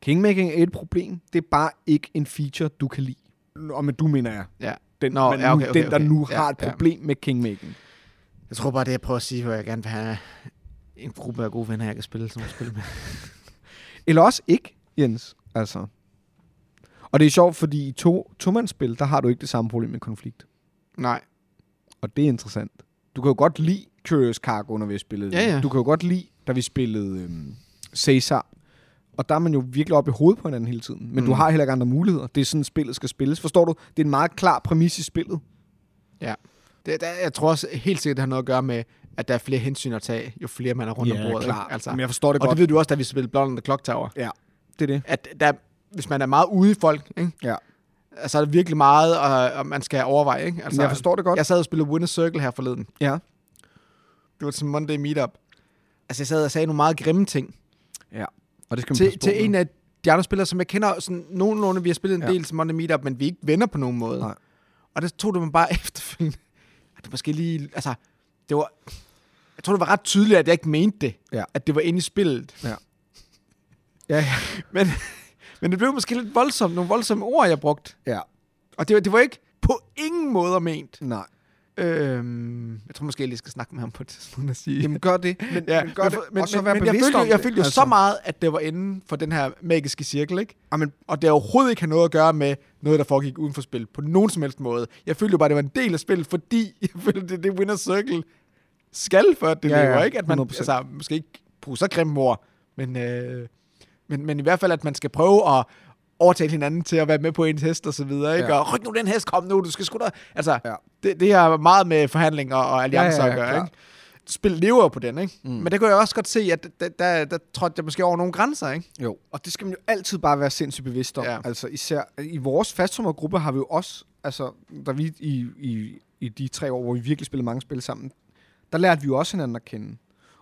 Speaker 2: Kingmaking er et problem. Det er bare ikke en feature, du kan lide. Og med du mener jeg
Speaker 1: Ja.
Speaker 2: den,
Speaker 1: Nå,
Speaker 2: Nå, men
Speaker 1: ja, okay,
Speaker 2: nu,
Speaker 1: okay,
Speaker 2: den der
Speaker 1: okay.
Speaker 2: nu
Speaker 1: Ja,
Speaker 2: har et
Speaker 1: ja.
Speaker 2: problem med kingmaking.
Speaker 1: Jeg tror bare, det jeg prøver at sige, hvor jeg gerne vil have en gruppe af gode venner, jeg kan spille sådan nogle spil med.
Speaker 2: Eller også ikke, Jens. Altså. Og det er sjovt, fordi i to, to-mandsspil, der har du ikke det samme problem med konflikt.
Speaker 1: <laughs> Nej.
Speaker 2: Og det er interessant. Du kan jo godt lide Curious Cargo, når vi har spillet det.
Speaker 1: Ja, ja.
Speaker 2: Du kan jo godt lide, da vi spillede øhm, Caesar. Og der er man jo virkelig oppe i hovedet på hinanden hele tiden. Men mm. du
Speaker 1: Mm.
Speaker 2: har heller ikke andre muligheder. Det er sådan, spillet skal spilles. Forstår du? Det er en meget klar præmis i spillet.
Speaker 1: Det, der, jeg tror også helt sikkert, det har noget at gøre med, at der er flere hensyn at tage, jo flere man er rundt om bordet. ikke?
Speaker 2: Altså.
Speaker 1: Altså.
Speaker 2: Men jeg forstår det
Speaker 1: Og det
Speaker 2: godt.
Speaker 1: ved du også, da vi spillede Blond on the Clock Tower.
Speaker 2: det er det.
Speaker 1: At der, hvis man er meget ude i folk, ikke?
Speaker 2: Ja.
Speaker 1: Altså, er der virkelig meget, og, og man skal overveje. Ikke? Altså,
Speaker 2: Men jeg forstår det godt.
Speaker 1: Jeg sad og spillede Winner Circle her forleden.
Speaker 2: Ja.
Speaker 1: Det var til sådan en Monday Meetup. Altså, jeg sad og sagde nogle meget grimme ting.
Speaker 2: Og det skal man passe
Speaker 1: til,
Speaker 2: på
Speaker 1: til
Speaker 2: med.
Speaker 1: en af de andre spillere, som jeg kender sådan nogenlunde. Vi har spillet en
Speaker 2: Ja.
Speaker 1: ja. del til Monday Meetup, men vi er ikke venner på nogen måde.
Speaker 2: Nej.
Speaker 1: Og der tog det mig bare <laughs> efterfølgende. At det måske lige... Altså, det var... Jeg tror, det var ret tydeligt, at jeg ikke mente det.
Speaker 2: Ja.
Speaker 1: At det var inde i spillet.
Speaker 2: Ja, ja.
Speaker 1: <laughs> Men, men det blev måske lidt voldsomt. Nogle voldsomme ord, jeg brugte.
Speaker 2: ja.
Speaker 1: Og det, var- det var ikke på ingen måder ment.
Speaker 2: Nej.
Speaker 1: Øhm, jeg tror måske, jeg lige skal snakke med ham på et tidspunkt og sige...
Speaker 2: Jamen gør det, men, ja, men gør det, men, og så være
Speaker 1: men jeg
Speaker 2: bevidst
Speaker 1: følte,
Speaker 2: om
Speaker 1: jo-
Speaker 2: det. Altså.
Speaker 1: jeg følte jo så meget, at det var inden for den her magiske cirkel, ikke?
Speaker 2: Jamen,
Speaker 1: Og det overhovedet ikke har noget at gøre med noget, der foregik uden for spil på nogen som helst måde. Jeg følte jo bare, at det var en del af spillet, fordi <laughs> jeg følte, at det er det Winner's Circle skal for, at det
Speaker 2: Ja,
Speaker 1: ja,
Speaker 2: ja,
Speaker 1: lever, ikke? At man
Speaker 2: 100%.
Speaker 1: altså, måske ikke bruger så grimme ord, men, øh, men, men i hvert fald, at man skal prøve at overtale hinanden til at være med på ens hest og så videre, ikke?
Speaker 2: Ja.
Speaker 1: Ja. Og ryk nu den hest, kom nu, du skal sgu da... Altså,
Speaker 2: Ja.
Speaker 1: ja. det, det har meget med forhandlinger og alliancer
Speaker 2: Ja,
Speaker 1: ja,
Speaker 2: ja,
Speaker 1: ja,
Speaker 2: ja,
Speaker 1: ja, at gøre,
Speaker 2: klart.
Speaker 1: ikke? Spil lever jo på den, ikke? Mm. Men det kunne jeg også godt se, at der, der, der trådte jeg måske over nogle grænser, ikke?
Speaker 2: jo. Og det skal man jo altid bare være sindssygt bevidst om. Ja.
Speaker 1: Ja.
Speaker 2: Altså især i vores fastsommergruppe har vi jo også, altså da vi i, i, i de tre år, hvor vi virkelig spillede mange spil sammen, der lærte vi jo også hinanden at kende.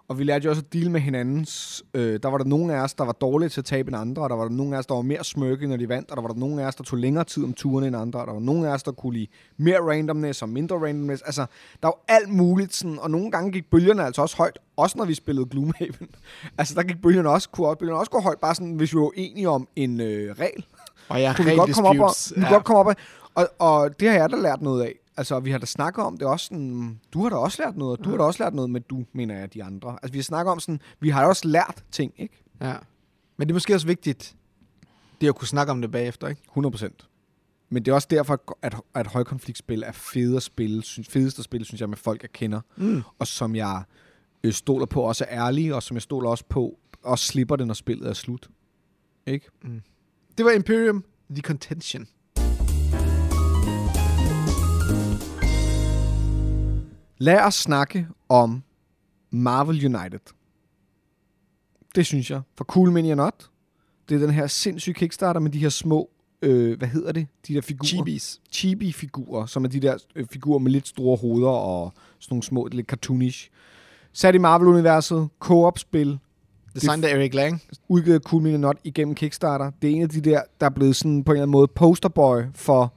Speaker 2: Og vi lærte jo også at dele med hinandens. Øh, der var der nogen af os, der var dårlige til at tabe end andre, og der var der nogen af os, der var mere smykke, når de vandt, og der var der nogen af os, der tog længere tid om turen end andre, og der var nogen af os, der kunne lide mere randomness og mindre randomness. Altså, der var alt muligt, sådan, og nogle gange gik bølgerne altså også højt, også når vi spillede Gloomhaven. <laughs> altså, der gik bølgerne også, kunne også, bølgerne også gå højt, bare sådan, hvis vi var enige om en øh, regel
Speaker 1: Og jeg
Speaker 2: kunne vi godt komme op og, vi ja. godt komme op af. Og, og det har jeg da lært noget af. Altså, vi har da snakket om det også sådan, du har da også lært noget, og du har da også lært noget, men du, mener jeg, de andre. Altså, vi har snakket om sådan, vi har da også lært ting, ikke?
Speaker 1: Ja. Men det er måske også vigtigt, det at kunne snakke om det bagefter, ikke?
Speaker 2: 100 procent. Men det er også derfor, at, at højkonfliktspil er fede at spille, synes, fedest at spille, synes jeg, med folk, jeg kender.
Speaker 1: Mm.
Speaker 2: Og som jeg øh, stoler på også er ærlige, og som jeg stoler også på, og slipper det, når spillet er slut. Ikke?
Speaker 1: Det var Imperium, The Contention.
Speaker 2: Lad os snakke om Marvel United. Det synes jeg. For Cool Men You're Not. Det er den her sindssyge Kickstarter med de her små, øh, hvad hedder det? De der figurer.
Speaker 1: Chibis.
Speaker 2: Chibi-figurer, som er de der øh, figurer med lidt store hoveder og sådan nogle små, lidt cartoonish. Sat i Marvel-universet, co-op-spil,
Speaker 1: Designet af Eric Lang.
Speaker 2: udgivet af Cool Mini Not igennem Kickstarter. Det er en af de der, der er blevet sådan på en eller anden måde posterboy for,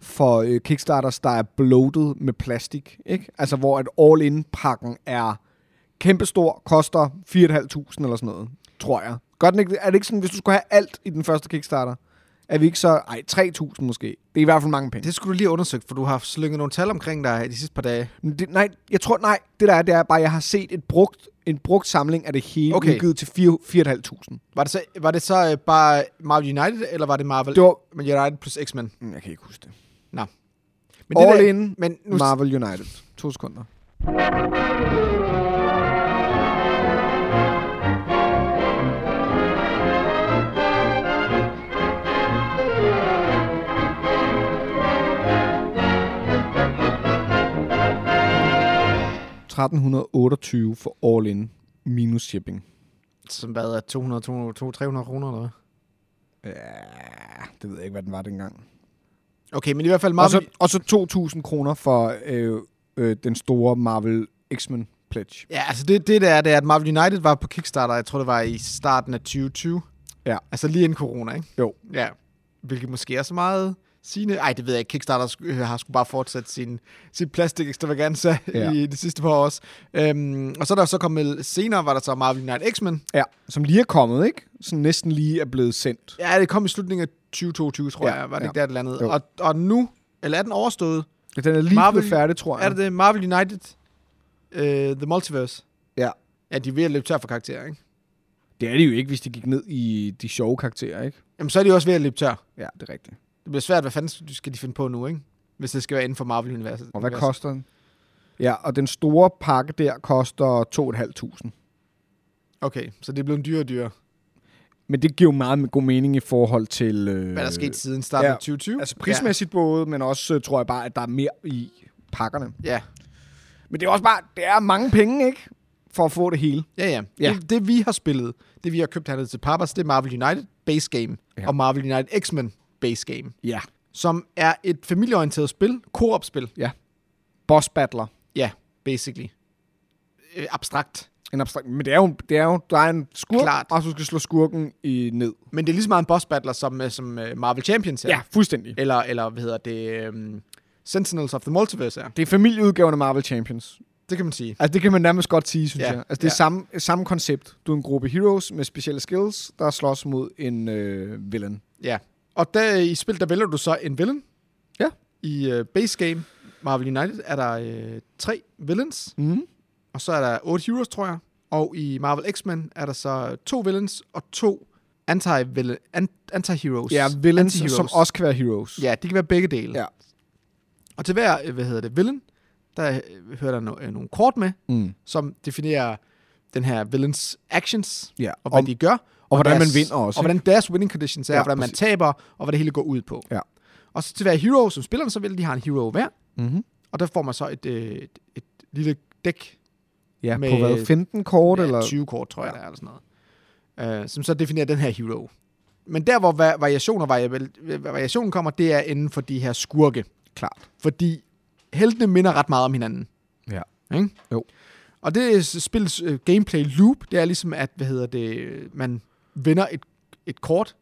Speaker 2: for øh, Kickstarters, der er bloated med plastik. Ikke? Altså hvor at all-in-pakken er kæmpestor, koster 4.500 eller sådan noget, tror jeg. Godt ikke, er det ikke sådan, hvis du skulle have alt i den første Kickstarter, er vi ikke så, ej, 3.000 måske. Det er i hvert fald mange penge.
Speaker 1: Det skulle du lige have undersøgt, for du har slynget nogle tal omkring dig de sidste par dage.
Speaker 2: Men Det, nej, jeg tror, nej, det der er, det er bare, jeg har set et brugt, en brugt samling af det hele, okay.
Speaker 1: Okay.
Speaker 2: udgivet til 4.500.
Speaker 1: Var det så, var det så øh, bare Marvel United, eller var det Marvel
Speaker 2: Det var, Mm,
Speaker 1: Men United plus X-Men?
Speaker 2: jeg kan ikke huske det.
Speaker 1: Men det
Speaker 2: All
Speaker 1: der-
Speaker 2: in
Speaker 1: Men nu,
Speaker 2: Marvel United. To sekunder. 1328 for all in minus shipping.
Speaker 1: Som hvad er 200, 200, 200 300 kroner eller hvad?
Speaker 2: Ja, det ved jeg ikke, hvad den var dengang.
Speaker 1: Okay, men i hvert fald
Speaker 2: Og
Speaker 1: meget...
Speaker 2: så, og så 2.000 kroner for øh, øh, den store Marvel X-Men pledge.
Speaker 1: Ja, altså det, det der er, det er, at Marvel United var på Kickstarter, jeg tror det var i starten af 2020.
Speaker 2: Ja.
Speaker 1: Altså lige inden corona, ikke?
Speaker 2: Jo.
Speaker 1: Ja. Hvilket måske er så meget sine. Ej, det ved jeg ikke. Kickstarter sk- øh, har sgu bare fortsat sin, sin plastik ekstravaganza
Speaker 2: Ja.
Speaker 1: ja. i de sidste par år også. Øhm, og så er der så kommet, senere var der så Marvel United X-Men.
Speaker 2: Ja, som lige er kommet, ikke? Som næsten lige er blevet sendt.
Speaker 1: Ja, det kom i slutningen af 2022, tror
Speaker 2: Ja,
Speaker 1: ja. jeg. Var det
Speaker 2: ja.
Speaker 1: ikke der, det landede?
Speaker 2: Jo.
Speaker 1: Og, og nu, eller er den overstået?
Speaker 2: Ja, Den er lige Marvel,
Speaker 1: Marvel-
Speaker 2: blevet færdig, tror jeg.
Speaker 1: Er det det Marvel United, øh, The Multiverse?
Speaker 2: Ja.
Speaker 1: Ja, de er ved at løbe tør for karakterer, ikke?
Speaker 2: Det er det jo ikke, hvis de gik ned i de sjove karakterer, ikke?
Speaker 1: Jamen, så er de også ved at løbe tør.
Speaker 2: Ja, det er rigtigt.
Speaker 1: Det bliver svært, hvad fanden skal de finde på nu, ikke? Hvis det skal være inden for Marvel-universet.
Speaker 2: Og hvad koster den? Ja, og den store pakke der koster 2.500.
Speaker 1: Okay, så det er blevet dyrere og dyrere.
Speaker 2: Men det giver jo meget god mening i forhold til... Øh,
Speaker 1: Hvad er der sket siden starten
Speaker 2: ja.
Speaker 1: af 2020?
Speaker 2: Altså prismæssigt ja. både, men også øh, tror jeg bare, at der er mere i pakkerne.
Speaker 1: Ja,
Speaker 2: Men det er også bare, det er mange penge, ikke? For at få det hele.
Speaker 1: ja, ja.
Speaker 2: Ja.
Speaker 1: ja. Det, det, vi har spillet, det vi har købt hernede til Papas, det er Marvel United Base Game
Speaker 2: Ja.
Speaker 1: ja. og Marvel United X-Men Base Game,
Speaker 2: Ja.
Speaker 1: som er et familieorienteret spil, koop-spil.
Speaker 2: Boss battler.
Speaker 1: Ja, basically. Øh, abstrakt.
Speaker 2: En abstrakt, men det er jo, det er jo der er en skurk,
Speaker 1: Klart.
Speaker 2: og så skal slå skurken i, ned.
Speaker 1: Men det er lige så meget en boss battler som, øh, som øh, Marvel Champions er.
Speaker 2: fuldstændig.
Speaker 1: Eller, eller hvad hedder det, um, Sentinels of the Multiverse er.
Speaker 2: Det er familieudgaven af Marvel Champions.
Speaker 1: Det kan man sige.
Speaker 2: Altså, det kan man nærmest godt sige, synes ja.
Speaker 1: Ja,
Speaker 2: jeg. Altså, det er
Speaker 1: ja.
Speaker 2: samme, samme koncept. Du er en gruppe heroes med specielle skills, der slås mod en øh, villain.
Speaker 1: Ja. Og der, i spil, der vælger du så en villain.
Speaker 2: Ja.
Speaker 1: I øh, base game Marvel United er der øh, tre villains,
Speaker 2: Mm.
Speaker 1: og så er der otte heroes, tror jeg. Og i Marvel X-Men er der så to villains og to anti-villain, an- anti-heroes.
Speaker 2: Ja, villains,
Speaker 1: Anti-heroes.
Speaker 2: som også kan være heroes.
Speaker 1: Ja, det kan være begge dele.
Speaker 2: Ja.
Speaker 1: Og til hver, øh, hvad hedder det, villain, der øh, hører der no- øh, nogle kort med,
Speaker 2: Mm.
Speaker 1: som definerer den her villains actions,
Speaker 2: ja.
Speaker 1: og hvad de gør.
Speaker 2: og hvordan
Speaker 1: deres,
Speaker 2: man vinder også,
Speaker 1: Og hvordan deres winning conditions er,
Speaker 2: Ja,
Speaker 1: ja, hvordan man
Speaker 2: præcis.
Speaker 1: taber, og hvad det hele går ud på.
Speaker 2: Ja.
Speaker 1: Og så til hver hero, som spillerne så vil, de har en hero hver,
Speaker 2: Mm-hmm.
Speaker 1: og der får man så et, øh, et, et lille dæk,
Speaker 2: Ja, med,
Speaker 1: Med-
Speaker 2: på hvad? 15 kort, ja, eller?
Speaker 1: ja, 20 kort, tror jeg, der er, eller sådan noget, øh, som så definerer den her hero. Men der, hvor va- variationer, variabil- variationen kommer, det er inden for de her skurke.
Speaker 2: Klart.
Speaker 1: Fordi heltene minder ret meget om hinanden.
Speaker 2: Ja.
Speaker 1: Ikke?
Speaker 2: Jo.
Speaker 1: Og det er s- spillets øh, gameplay loop, det er ligesom, at hvad hedder det, øh, man vender et, et kort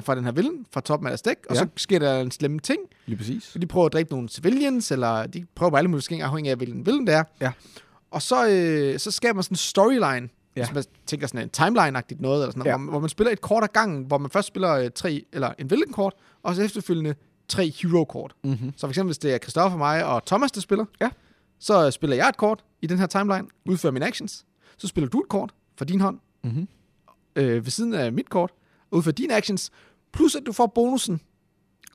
Speaker 1: fra den her villain, fra toppen af deres dæk, og
Speaker 2: Ja.
Speaker 1: så sker der en slemme ting,
Speaker 2: Lige præcis.
Speaker 1: så de prøver at dræbe nogle civilians, eller de prøver på alle mulige ting, afhængig af, hvilken villain det er.
Speaker 2: Ja.
Speaker 1: Og så, øh, så skaber man sådan en storyline,
Speaker 2: Ja.
Speaker 1: ja. hvis man tænker sådan en timeline-agtigt noget, eller sådan noget
Speaker 2: Ja.
Speaker 1: ja. hvor, man- hvor man spiller et kort ad gangen, hvor man først spiller øh, tre, eller en villain-kort, og så efterfølgende tre hero-kort.
Speaker 2: Mm-hmm.
Speaker 1: Så for eksempel, hvis det er Christoffer, mig og Thomas, der spiller,
Speaker 2: Ja.
Speaker 1: så øh, spiller jeg et kort i den her timeline, udfører mine actions, så spiller du et kort fra din hånd,
Speaker 2: Mhm.
Speaker 1: øh, ved siden af mit kort, og udfører dine actions, plus at du får bonusen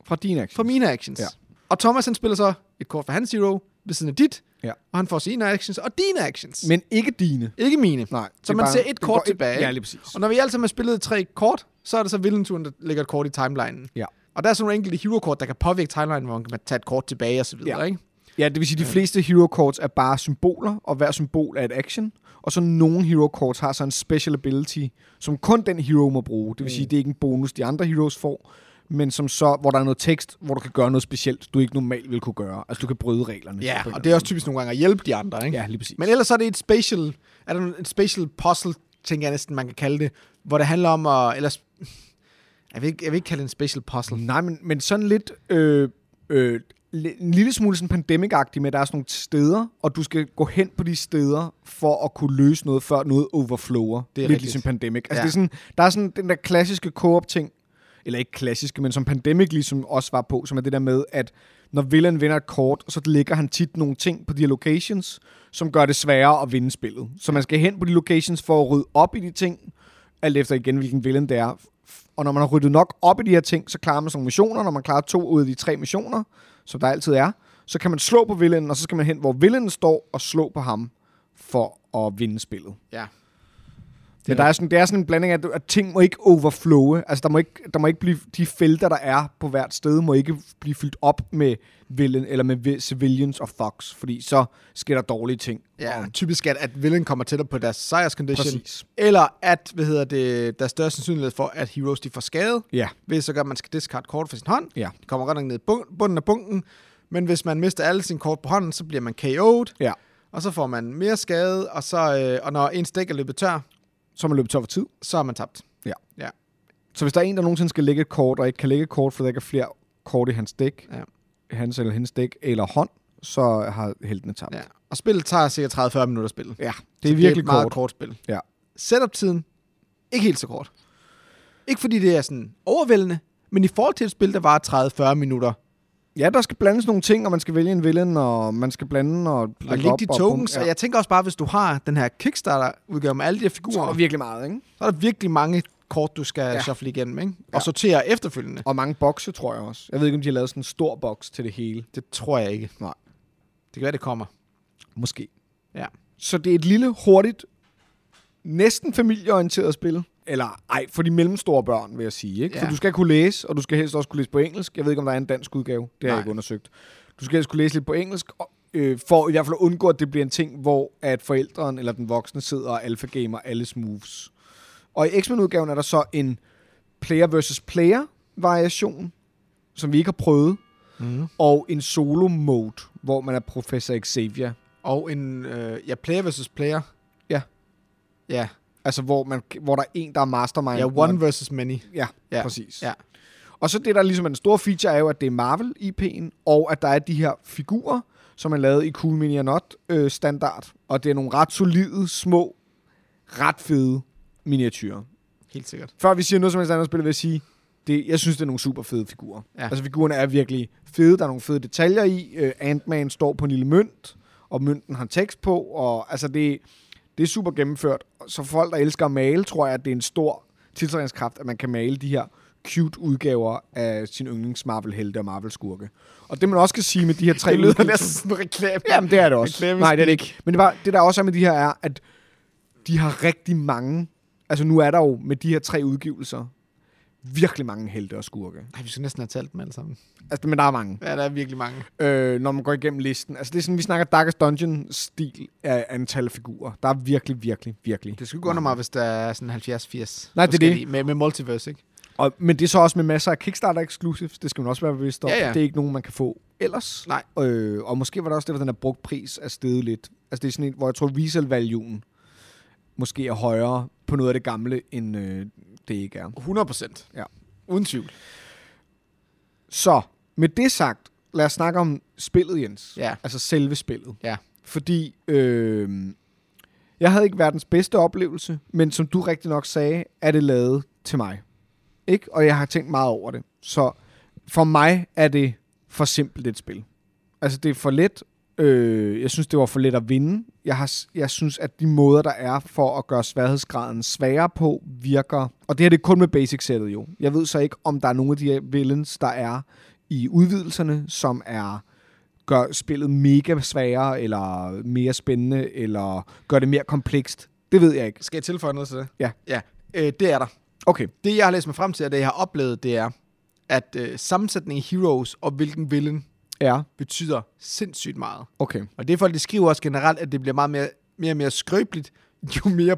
Speaker 2: Fra din action.
Speaker 1: fra mine actions.
Speaker 2: Ja.
Speaker 1: Ja. Og Thomas, han spiller så et kort fra hans hero ved siden af dit,
Speaker 2: Ja.
Speaker 1: og han får sine actions og dine actions. Men,
Speaker 2: Men ikke dine.
Speaker 1: ikke mine.
Speaker 2: Nej. det
Speaker 1: Så
Speaker 2: er
Speaker 1: man
Speaker 2: bare-
Speaker 1: ser et
Speaker 2: det
Speaker 1: kort
Speaker 2: går-
Speaker 1: tilbage.
Speaker 2: Ja, lige præcis.
Speaker 1: Og når vi altid har spillet tre kort, så er det så Villenturen, der lægger et kort i timelinen.
Speaker 2: Ja.
Speaker 1: Og der er sådan nogle enkelte hero-kort, der kan påvirke timelinen, hvor man kan tage et kort tilbage og så videre,
Speaker 2: Ja.
Speaker 1: ja. ikke?
Speaker 2: Ja, det vil sige, at de fleste hero cards er bare symboler, og hver symbol er et action. Og så nogle hero cards har så en special ability, som kun den hero må bruge. Det vil
Speaker 1: Mm.
Speaker 2: sige, at det er ikke en bonus, de andre heroes får, men som så, hvor der er noget tekst, hvor du kan gøre noget specielt, du ikke normalt vil kunne gøre. Altså, du kan bryde reglerne.
Speaker 1: Ja,
Speaker 2: på en
Speaker 1: og det
Speaker 2: eller
Speaker 1: er også typisk nogle gange at hjælpe de andre,
Speaker 2: anden
Speaker 1: ikke?
Speaker 2: måde. Ja, lige præcis.
Speaker 1: Men ellers så er det et spatial, er der en spatial puzzle, tænker jeg næsten, man kan kalde det, hvor det handler om at, ellers, <laughs> jeg vil ikke, jeg vil ikke kalde det en spatial puzzle.
Speaker 2: Nej, men, men sådan lidt... Øh, øh, li- en lille smule sådan pandemic med, at der er sådan nogle steder, og du skal gå hen på de steder for at kunne løse noget, før noget overflower.
Speaker 1: Det er
Speaker 2: lidt
Speaker 1: rigtigt.
Speaker 2: ligesom pandemic. Altså, ja.
Speaker 1: Ja.
Speaker 2: det er sådan, der er sådan den der klassiske co-op-ting, eller ikke klassiske, men som pandemic ligesom også var på, som er det der med, at når villain vinder et kort, så lægger han tit nogle ting på de her locations, som gør det sværere at vinde spillet. Så man skal hen på de locations for at rydde op i de ting, alt efter igen, hvilken villain det er. Og når man har ryddet nok op i de her ting, så klarer man sådan nogle missioner. Når man klarer to ud af de tre missioner, som der altid er, så kan man slå på villainen, og så skal man hen, hvor villainen står, og slå på ham for at vinde spillet.
Speaker 1: Ja.
Speaker 2: Det Men der er sådan, det er sådan en blanding af, at ting må ikke overflowe. Altså, der må ikke, der må ikke blive, de felter, der er på hvert sted, må ikke blive fyldt op med villain, eller med vi- civilians og fucks, fordi så sker der dårlige ting.
Speaker 1: Ja,
Speaker 2: Og-
Speaker 1: typisk at, at villain kommer tættere på deres sejrscondition.
Speaker 2: Præcis.
Speaker 1: Eller at, hvad hedder det, der er større sandsynlighed for, at heroes de får skade.
Speaker 2: Ja.
Speaker 1: Ved så gør, at man skal discard kort fra sin hånd.
Speaker 2: Ja.
Speaker 1: De kommer godt nok ned i bun- bunden af bunken. Men hvis man mister alle sine kort på hånden, så bliver man KO'd.
Speaker 2: Ja.
Speaker 1: Og så får man mere skade, og, så, øh, og når ens dæk er løbet tør,
Speaker 2: Så er man løbet tør for tid.
Speaker 1: så er man tabt.
Speaker 2: Ja.
Speaker 1: Ja.
Speaker 2: Så hvis der er en, der nogensinde skal lægge et kort, og ikke kan lægge et kort, for der ikke er flere kort i hans dæk,
Speaker 1: Ja.
Speaker 2: hans eller hendes dæk, eller hånd, så har heltene tabt.
Speaker 1: ja. Og spillet tager cirka 30-40 minutter at spille.
Speaker 2: ja
Speaker 1: Så
Speaker 2: det er virkelig
Speaker 1: det er et meget
Speaker 2: kort.
Speaker 1: kort spil.
Speaker 2: Ja.
Speaker 1: Setup-tiden, ikke helt så kort. Ikke fordi det er sådan overvældende, men i forhold til et spil, der var 30-40 minutter,
Speaker 2: Ja, der skal blandes nogle ting, og man skal vælge en villain, og man skal blande og lægge
Speaker 1: og lægge
Speaker 2: op
Speaker 1: de
Speaker 2: og
Speaker 1: tokens.
Speaker 2: bum,
Speaker 1: Og jeg tænker også bare, hvis du har den her Kickstarter-udgave med alle de her
Speaker 2: Så er der
Speaker 1: figurer,
Speaker 2: virkelig meget, ikke?
Speaker 1: så er der virkelig mange kort, du skal
Speaker 2: Ja.
Speaker 1: ja. shuffle igennem, ikke? Og
Speaker 2: Ja.
Speaker 1: sortere efterfølgende.
Speaker 2: Og mange bokse, tror jeg også. Jeg ved ikke, om de har lavet sådan en stor boks til det hele.
Speaker 1: Det tror jeg ikke.
Speaker 2: Nej.
Speaker 1: Det kan være, det kommer.
Speaker 2: Måske.
Speaker 1: Ja.
Speaker 2: Så det er et lille, hurtigt, næsten familieorienteret spil. Eller ej, for de mellemstore børn, vil jeg sige. Ikke? Ja. For
Speaker 1: Ja.
Speaker 2: du skal kunne læse, og du skal helst også kunne læse på engelsk. Jeg ved ikke, om der er en dansk udgave. Det har Nej.
Speaker 1: Nej.
Speaker 2: jeg ikke undersøgt. Du skal helst kunne læse lidt på engelsk, og, øh, for i hvert fald at undgå, at det bliver en ting, hvor at forældren eller den voksne sidder og alfagamer alles moves. Og i X-Men-udgaven er der så en player versus player variation, som vi ikke har prøvet,
Speaker 1: Mm.
Speaker 2: og en solo mode, hvor man er professor Xavier.
Speaker 1: Og en øh, ja, player versus player.
Speaker 2: Ja.
Speaker 1: Ja.
Speaker 2: Altså, hvor, man, hvor der er en, der er mastermind.
Speaker 1: Ja,
Speaker 2: og
Speaker 1: one versus many.
Speaker 2: Ja, ja,
Speaker 1: Ja,
Speaker 2: præcis.
Speaker 1: ja.
Speaker 2: Og så det, der ligesom er den store feature, er jo, at det er Marvel-IP'en, og at der er de her figurer, som er lavet i Cool Mini Not øh, standard. Og det er nogle ret solide, små, ret fede miniatyrer.
Speaker 1: Helt sikkert.
Speaker 2: Før vi siger noget som helst andet spil, vil jeg sige, det, jeg synes, det er nogle super fede figurer.
Speaker 1: Ja.
Speaker 2: Altså, figurerne er virkelig fede. Der er nogle fede detaljer i. Øh, Ant-Man står på en lille mønt, og mønten har tekst på, og altså, det, det er super gennemført. Så for folk, der elsker at male, tror jeg, at det er en stor tiltrækningskraft, at man kan male de her cute udgaver af sin yndlings Marvel-helte og Marvel-skurke. Og det, man også kan sige med de her
Speaker 1: <laughs>
Speaker 2: tre
Speaker 1: Det lyder
Speaker 2: udgivelser-
Speaker 1: næsten sådan en reklame.
Speaker 2: Jamen, det er det også.
Speaker 1: Reklame-
Speaker 2: Nej, det er det ikke. Men det, var, det der også er med de her, er, at de har rigtig mange... Altså, nu er der jo med de her tre udgivelser virkelig mange helte og skurke.
Speaker 1: Ej, vi skal næsten have talt dem alle sammen.
Speaker 2: Altså, men der er mange.
Speaker 1: Ja, der er virkelig mange.
Speaker 2: Øh, når man går igennem listen. Altså, det er sådan, vi snakker Darkest Dungeon-stil af antal af figurer. Der er virkelig, virkelig, virkelig.
Speaker 1: Det skulle gå under mig, hvis der er sådan 70-80. Nej,
Speaker 2: Nej, det er det.
Speaker 1: Med, med multiverse, ikke?
Speaker 2: Og, men det er så også med masser af Kickstarter exclusives. Det skal man også være bevidst om.
Speaker 1: Ja, ja.
Speaker 2: Det er ikke nogen, man kan få ellers.
Speaker 1: Nej.
Speaker 2: Øh, og måske var det også det, hvor den her brugt pris er steget lidt. Altså det er sådan et, hvor jeg tror, resale-valuen måske er højere på noget af det gamle, end øh, det ikke er.
Speaker 1: 100 procent.
Speaker 2: Ja.
Speaker 1: Uden tvivl.
Speaker 2: Så med det sagt, lad os snakke om spillet, Jens.
Speaker 1: Ja.
Speaker 2: Altså selve spillet.
Speaker 1: Ja.
Speaker 2: Fordi øh, jeg havde ikke verdens bedste oplevelse, men som du rigtig nok sagde, er det lavet til mig. Ikke? Og jeg har tænkt meget over det. Så for mig er det for simpelt et spil. Altså det er for let. Øh, jeg synes, det var for let at vinde. Jeg, har, s- jeg synes, at de måder, der er for at gøre sværhedsgraden sværere på, virker. Og det her det er kun med basic-sættet jo. Jeg ved så ikke, om der er nogle af de her villains, der er i udvidelserne, som er gør spillet mega sværere, eller mere spændende, eller gør det mere komplekst. Det ved jeg ikke.
Speaker 1: Skal jeg tilføje noget til det?
Speaker 2: Ja.
Speaker 1: Ja, øh, det er der.
Speaker 2: Okay.
Speaker 1: Det, jeg har læst mig frem til, og det, jeg har oplevet, det er, at øh, sammensætningen i Heroes og hvilken villain
Speaker 2: Ja,
Speaker 1: betyder sindssygt meget.
Speaker 2: okay.
Speaker 1: Og det er folk, de skriver også generelt, at det bliver meget mere, mere og mere skrøbeligt, <laughs> jo mere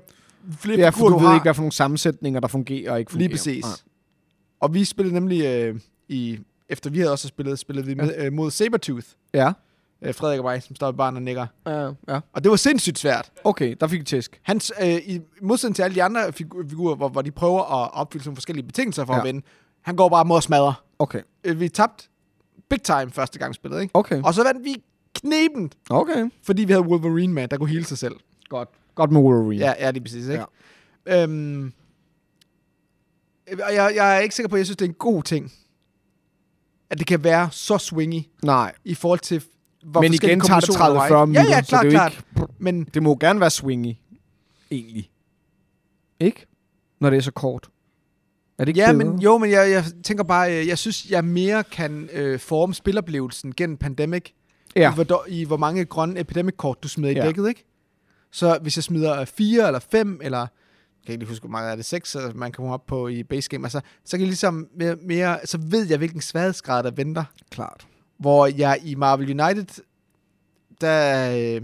Speaker 1: flere
Speaker 2: Ja, for
Speaker 1: figurer,
Speaker 2: du ved
Speaker 1: har.
Speaker 2: ikke, hvad for nogle sammensætninger, der fungerer og ikke fungerer. Ah.
Speaker 1: Lige præcis.
Speaker 2: Nej.
Speaker 1: Og vi spillede nemlig, øh, i, efter vi havde også spillet, spillede vi med, øh, mod Sabertooth,
Speaker 2: Ja.
Speaker 1: øh, Frederik og mig, som står i barn og nikker.
Speaker 2: Ja, ja.
Speaker 1: Og det var sindssygt svært.
Speaker 2: Okay, der fik jeg tæsk.
Speaker 1: Hans, øh, I modsætning til alle de andre figu- figurer, hvor, hvor de prøver at opfylde nogle forskellige betingelser for ja.
Speaker 2: Ja.
Speaker 1: at vinde, han går bare mod og smadrer.
Speaker 2: Okay.
Speaker 1: Øh, vi tabte big time første gang spillet, ikke?
Speaker 2: Okay.
Speaker 1: Og så vandt vi knebent,
Speaker 2: Okay.
Speaker 1: fordi vi havde Wolverine med, der kunne hele sig selv.
Speaker 2: Godt. Godt med Wolverine.
Speaker 1: Ja, ja, det er præcis, ikke? Ja. Øhm, øh, og jeg, jeg er ikke sikker på, at jeg synes, det er en god ting, at det kan være så swingy
Speaker 2: Nej.
Speaker 1: i forhold til, hvor
Speaker 2: Men
Speaker 1: forskellige
Speaker 2: igen tager det
Speaker 1: kombinationer der
Speaker 2: 30-40
Speaker 1: var, ikke?
Speaker 2: minutter,
Speaker 1: Ja, ja,
Speaker 2: så
Speaker 1: klart,
Speaker 2: det er jo
Speaker 1: klart. Men
Speaker 2: Det må gerne være swingy. Egentlig. Ikke? Når det er så kort. Er det ikke
Speaker 1: Ja,
Speaker 2: bedre?
Speaker 1: men jo, men jeg, jeg tænker bare, øh, jeg synes, jeg mere kan øh, forme spiloplevelsen gennem Pandemic,
Speaker 2: Ja.
Speaker 1: i, hvor, do- i hvor mange grønne Epidemic-kort, du smider i
Speaker 2: Ja.
Speaker 1: dækket, ikke? Så hvis jeg smider øh, fire eller fem, eller kan ikke lige huske, hvor mange er det, seks, så man kommer op på i base game, altså, så kan jeg ligesom mere, mere så ved jeg, hvilken sværhedsgrad der venter.
Speaker 2: Klart.
Speaker 1: Hvor jeg i Marvel United, der, øh,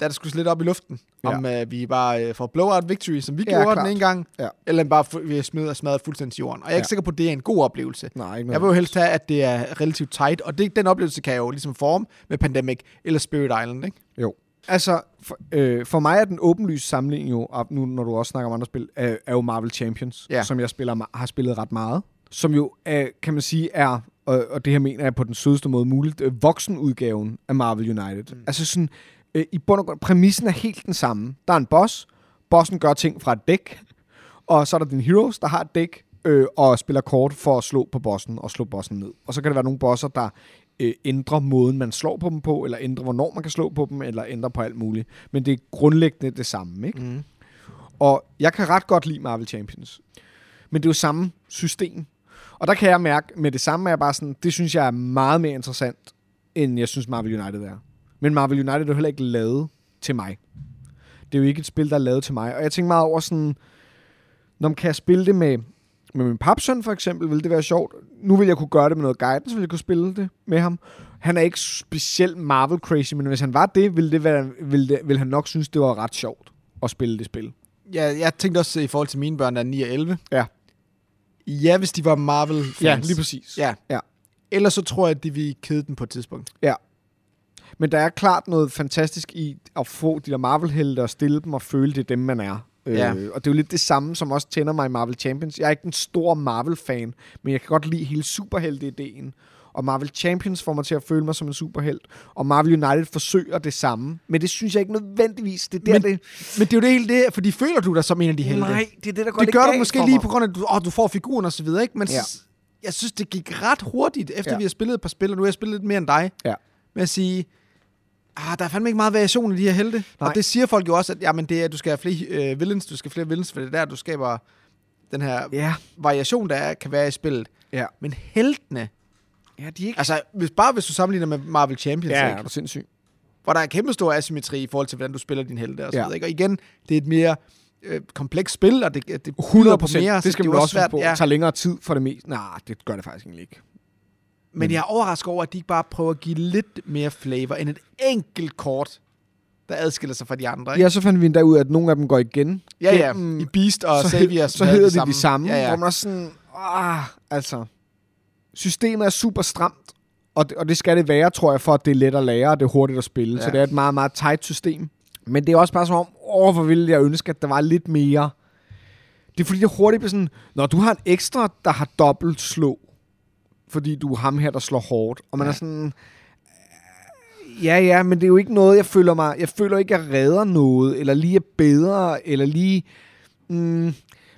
Speaker 1: der er det sgu lidt op i luften,
Speaker 2: Ja.
Speaker 1: ja. om øh, vi bare øh, får blowout victory, som vi
Speaker 2: Ja,
Speaker 1: ja, gjorde
Speaker 2: klart.
Speaker 1: den ene gang,
Speaker 2: Ja.
Speaker 1: eller om bare fu- vi smider og smadrer fuldstændig til jorden. Og jeg er ikke
Speaker 2: Ja.
Speaker 1: sikker på, at det er en god oplevelse.
Speaker 2: Nej, ikke
Speaker 1: Jeg vil jo helst have, at det er relativt tight, og det, den oplevelse kan jeg jo ligesom forme med Pandemic eller Spirit Island, ikke?
Speaker 2: Jo. Altså, for, øh, for mig er den åbenlyse sammenligning jo, og nu når du også snakker om andre spil, er, er jo Marvel Champions,
Speaker 1: Ja.
Speaker 2: som jeg spiller, ma- har spillet ret meget. Som jo, er, kan man sige, er, og, og det her mener jeg på den sødeste måde muligt, øh, voksenudgaven af Marvel United. Mm. Altså sådan, øh, i bund og grund, præmissen er helt den samme. Der er en boss, bossen gør ting fra et dæk, og så er der din heroes, der har et dæk, øh, og spiller kort for at slå på bossen, og slå bossen ned. Og så kan der være nogle bosser, der øh, ændrer måden, man slår på dem på, eller ændrer, hvornår man kan slå på dem, eller ændrer på alt muligt. Men det er grundlæggende det samme, ikke?
Speaker 1: Mm.
Speaker 2: Og jeg kan ret godt lide Marvel Champions. Men det er jo samme system. Og der kan jeg mærke, med det samme er jeg bare sådan, det synes jeg er meget mere interessant, end jeg synes Marvel United er. Men Marvel United er jo heller ikke lavet til mig. Det er jo ikke et spil, der er lavet til mig. Og jeg tænker meget over sådan, når man kan jeg spille det med, med min papsøn for eksempel, ville det være sjovt. Nu vil jeg kunne gøre det med noget guidance, ville jeg kunne spille det med ham. Han er ikke specielt Marvel crazy, men hvis han var det, ville, det være, ville, det, ville han nok synes, det var ret sjovt at spille det spil.
Speaker 1: Ja, jeg tænkte også i forhold til mine børn, der er 9 og 11.
Speaker 2: Ja.
Speaker 1: Ja, hvis de var Marvel-fans.
Speaker 2: Ja, lige præcis.
Speaker 1: Ja.
Speaker 2: Ja.
Speaker 1: Ellers så tror jeg, at de ville kede den på et tidspunkt.
Speaker 2: Men der er klart noget fantastisk i at få de der Marvel-helte og stille dem og føle, det er dem, man er.
Speaker 1: Ja.
Speaker 2: Øh, og det er jo lidt det samme, som også tænder mig i Marvel Champions. Jeg er ikke den store Marvel-fan, men jeg kan godt lide hele superhelte-ideen. Og Marvel Champions får mig til at føle mig som en superhelt. Og Marvel United forsøger det samme. Men det synes jeg ikke nødvendigvis. Det er der,
Speaker 1: Men-
Speaker 2: det...
Speaker 1: Men det er jo det hele det, fordi føler du dig som en af de helte?
Speaker 2: det er det, der
Speaker 1: det gør du måske lige på grund af, at du, åh, du får figuren og så videre, ikke? Men
Speaker 2: Ja.
Speaker 1: ja. jeg synes, det gik ret hurtigt, efter
Speaker 2: Ja.
Speaker 1: ja. vi har spillet et par spil, og nu har jeg spillet lidt mere end dig,
Speaker 2: Ja.
Speaker 1: med at sige, ah, der er fandme ikke meget variation i de her helte.
Speaker 2: Nej.
Speaker 1: Og det siger folk jo også, at jamen, det er, du skal have flere øh, villains, du skal have flere villains, for det er der, du skaber den her
Speaker 2: Ja.
Speaker 1: variation, der er, kan være i spillet.
Speaker 2: Ja.
Speaker 1: Men heltene,
Speaker 2: ja, de er ikke...
Speaker 1: altså hvis, bare hvis du sammenligner med Marvel Champions,
Speaker 2: ja,
Speaker 1: ikke?
Speaker 2: er du sindssyg.
Speaker 1: hvor der er kæmpe stor asymmetri i forhold til, hvordan du spiller din helte og så
Speaker 2: Ja.
Speaker 1: videre, ikke? Og igen, det er et mere øh, komplekst spil, og det, det
Speaker 2: 100
Speaker 1: byder på mere, så
Speaker 2: Det skal
Speaker 1: er
Speaker 2: man
Speaker 1: jo
Speaker 2: også huske på. Ja.
Speaker 1: ja.
Speaker 2: tager længere tid for det meste. Nej, det gør det faktisk egentlig ikke.
Speaker 1: Men jeg er overrasket over, at de ikke bare prøver at give lidt mere flavor end et enkelt kort, der adskiller sig fra de andre. Ikke?
Speaker 2: Ja, så fandt vi endda ud af, at nogle af dem går igen.
Speaker 1: Ja, ja.
Speaker 2: Gennem-
Speaker 1: I Beast og
Speaker 2: så,
Speaker 1: Savior.
Speaker 2: hed, så hedder de de samme,
Speaker 1: Ja, ja.
Speaker 2: hvor man også sådan, ah, altså, systemet er super stramt, og det, og det skal det være, tror jeg, for at det er let at lære, og det er hurtigt at spille, ja. så
Speaker 1: Ja.
Speaker 2: det er et meget, meget tight system. Men det er også bare som om, åh, hvor ville jeg ønske, at der var lidt mere. Det er fordi, det hurtigt bliver sådan, når du har en ekstra, der har dobbelt slå, fordi du er ham her, der slår hårdt, og man ja.
Speaker 1: Ja.
Speaker 2: er sådan, "Øh, Ja, ja, men det er jo ikke noget, jeg føler mig... Jeg føler ikke, jeg redder noget, eller lige er bedre, eller lige... Mm,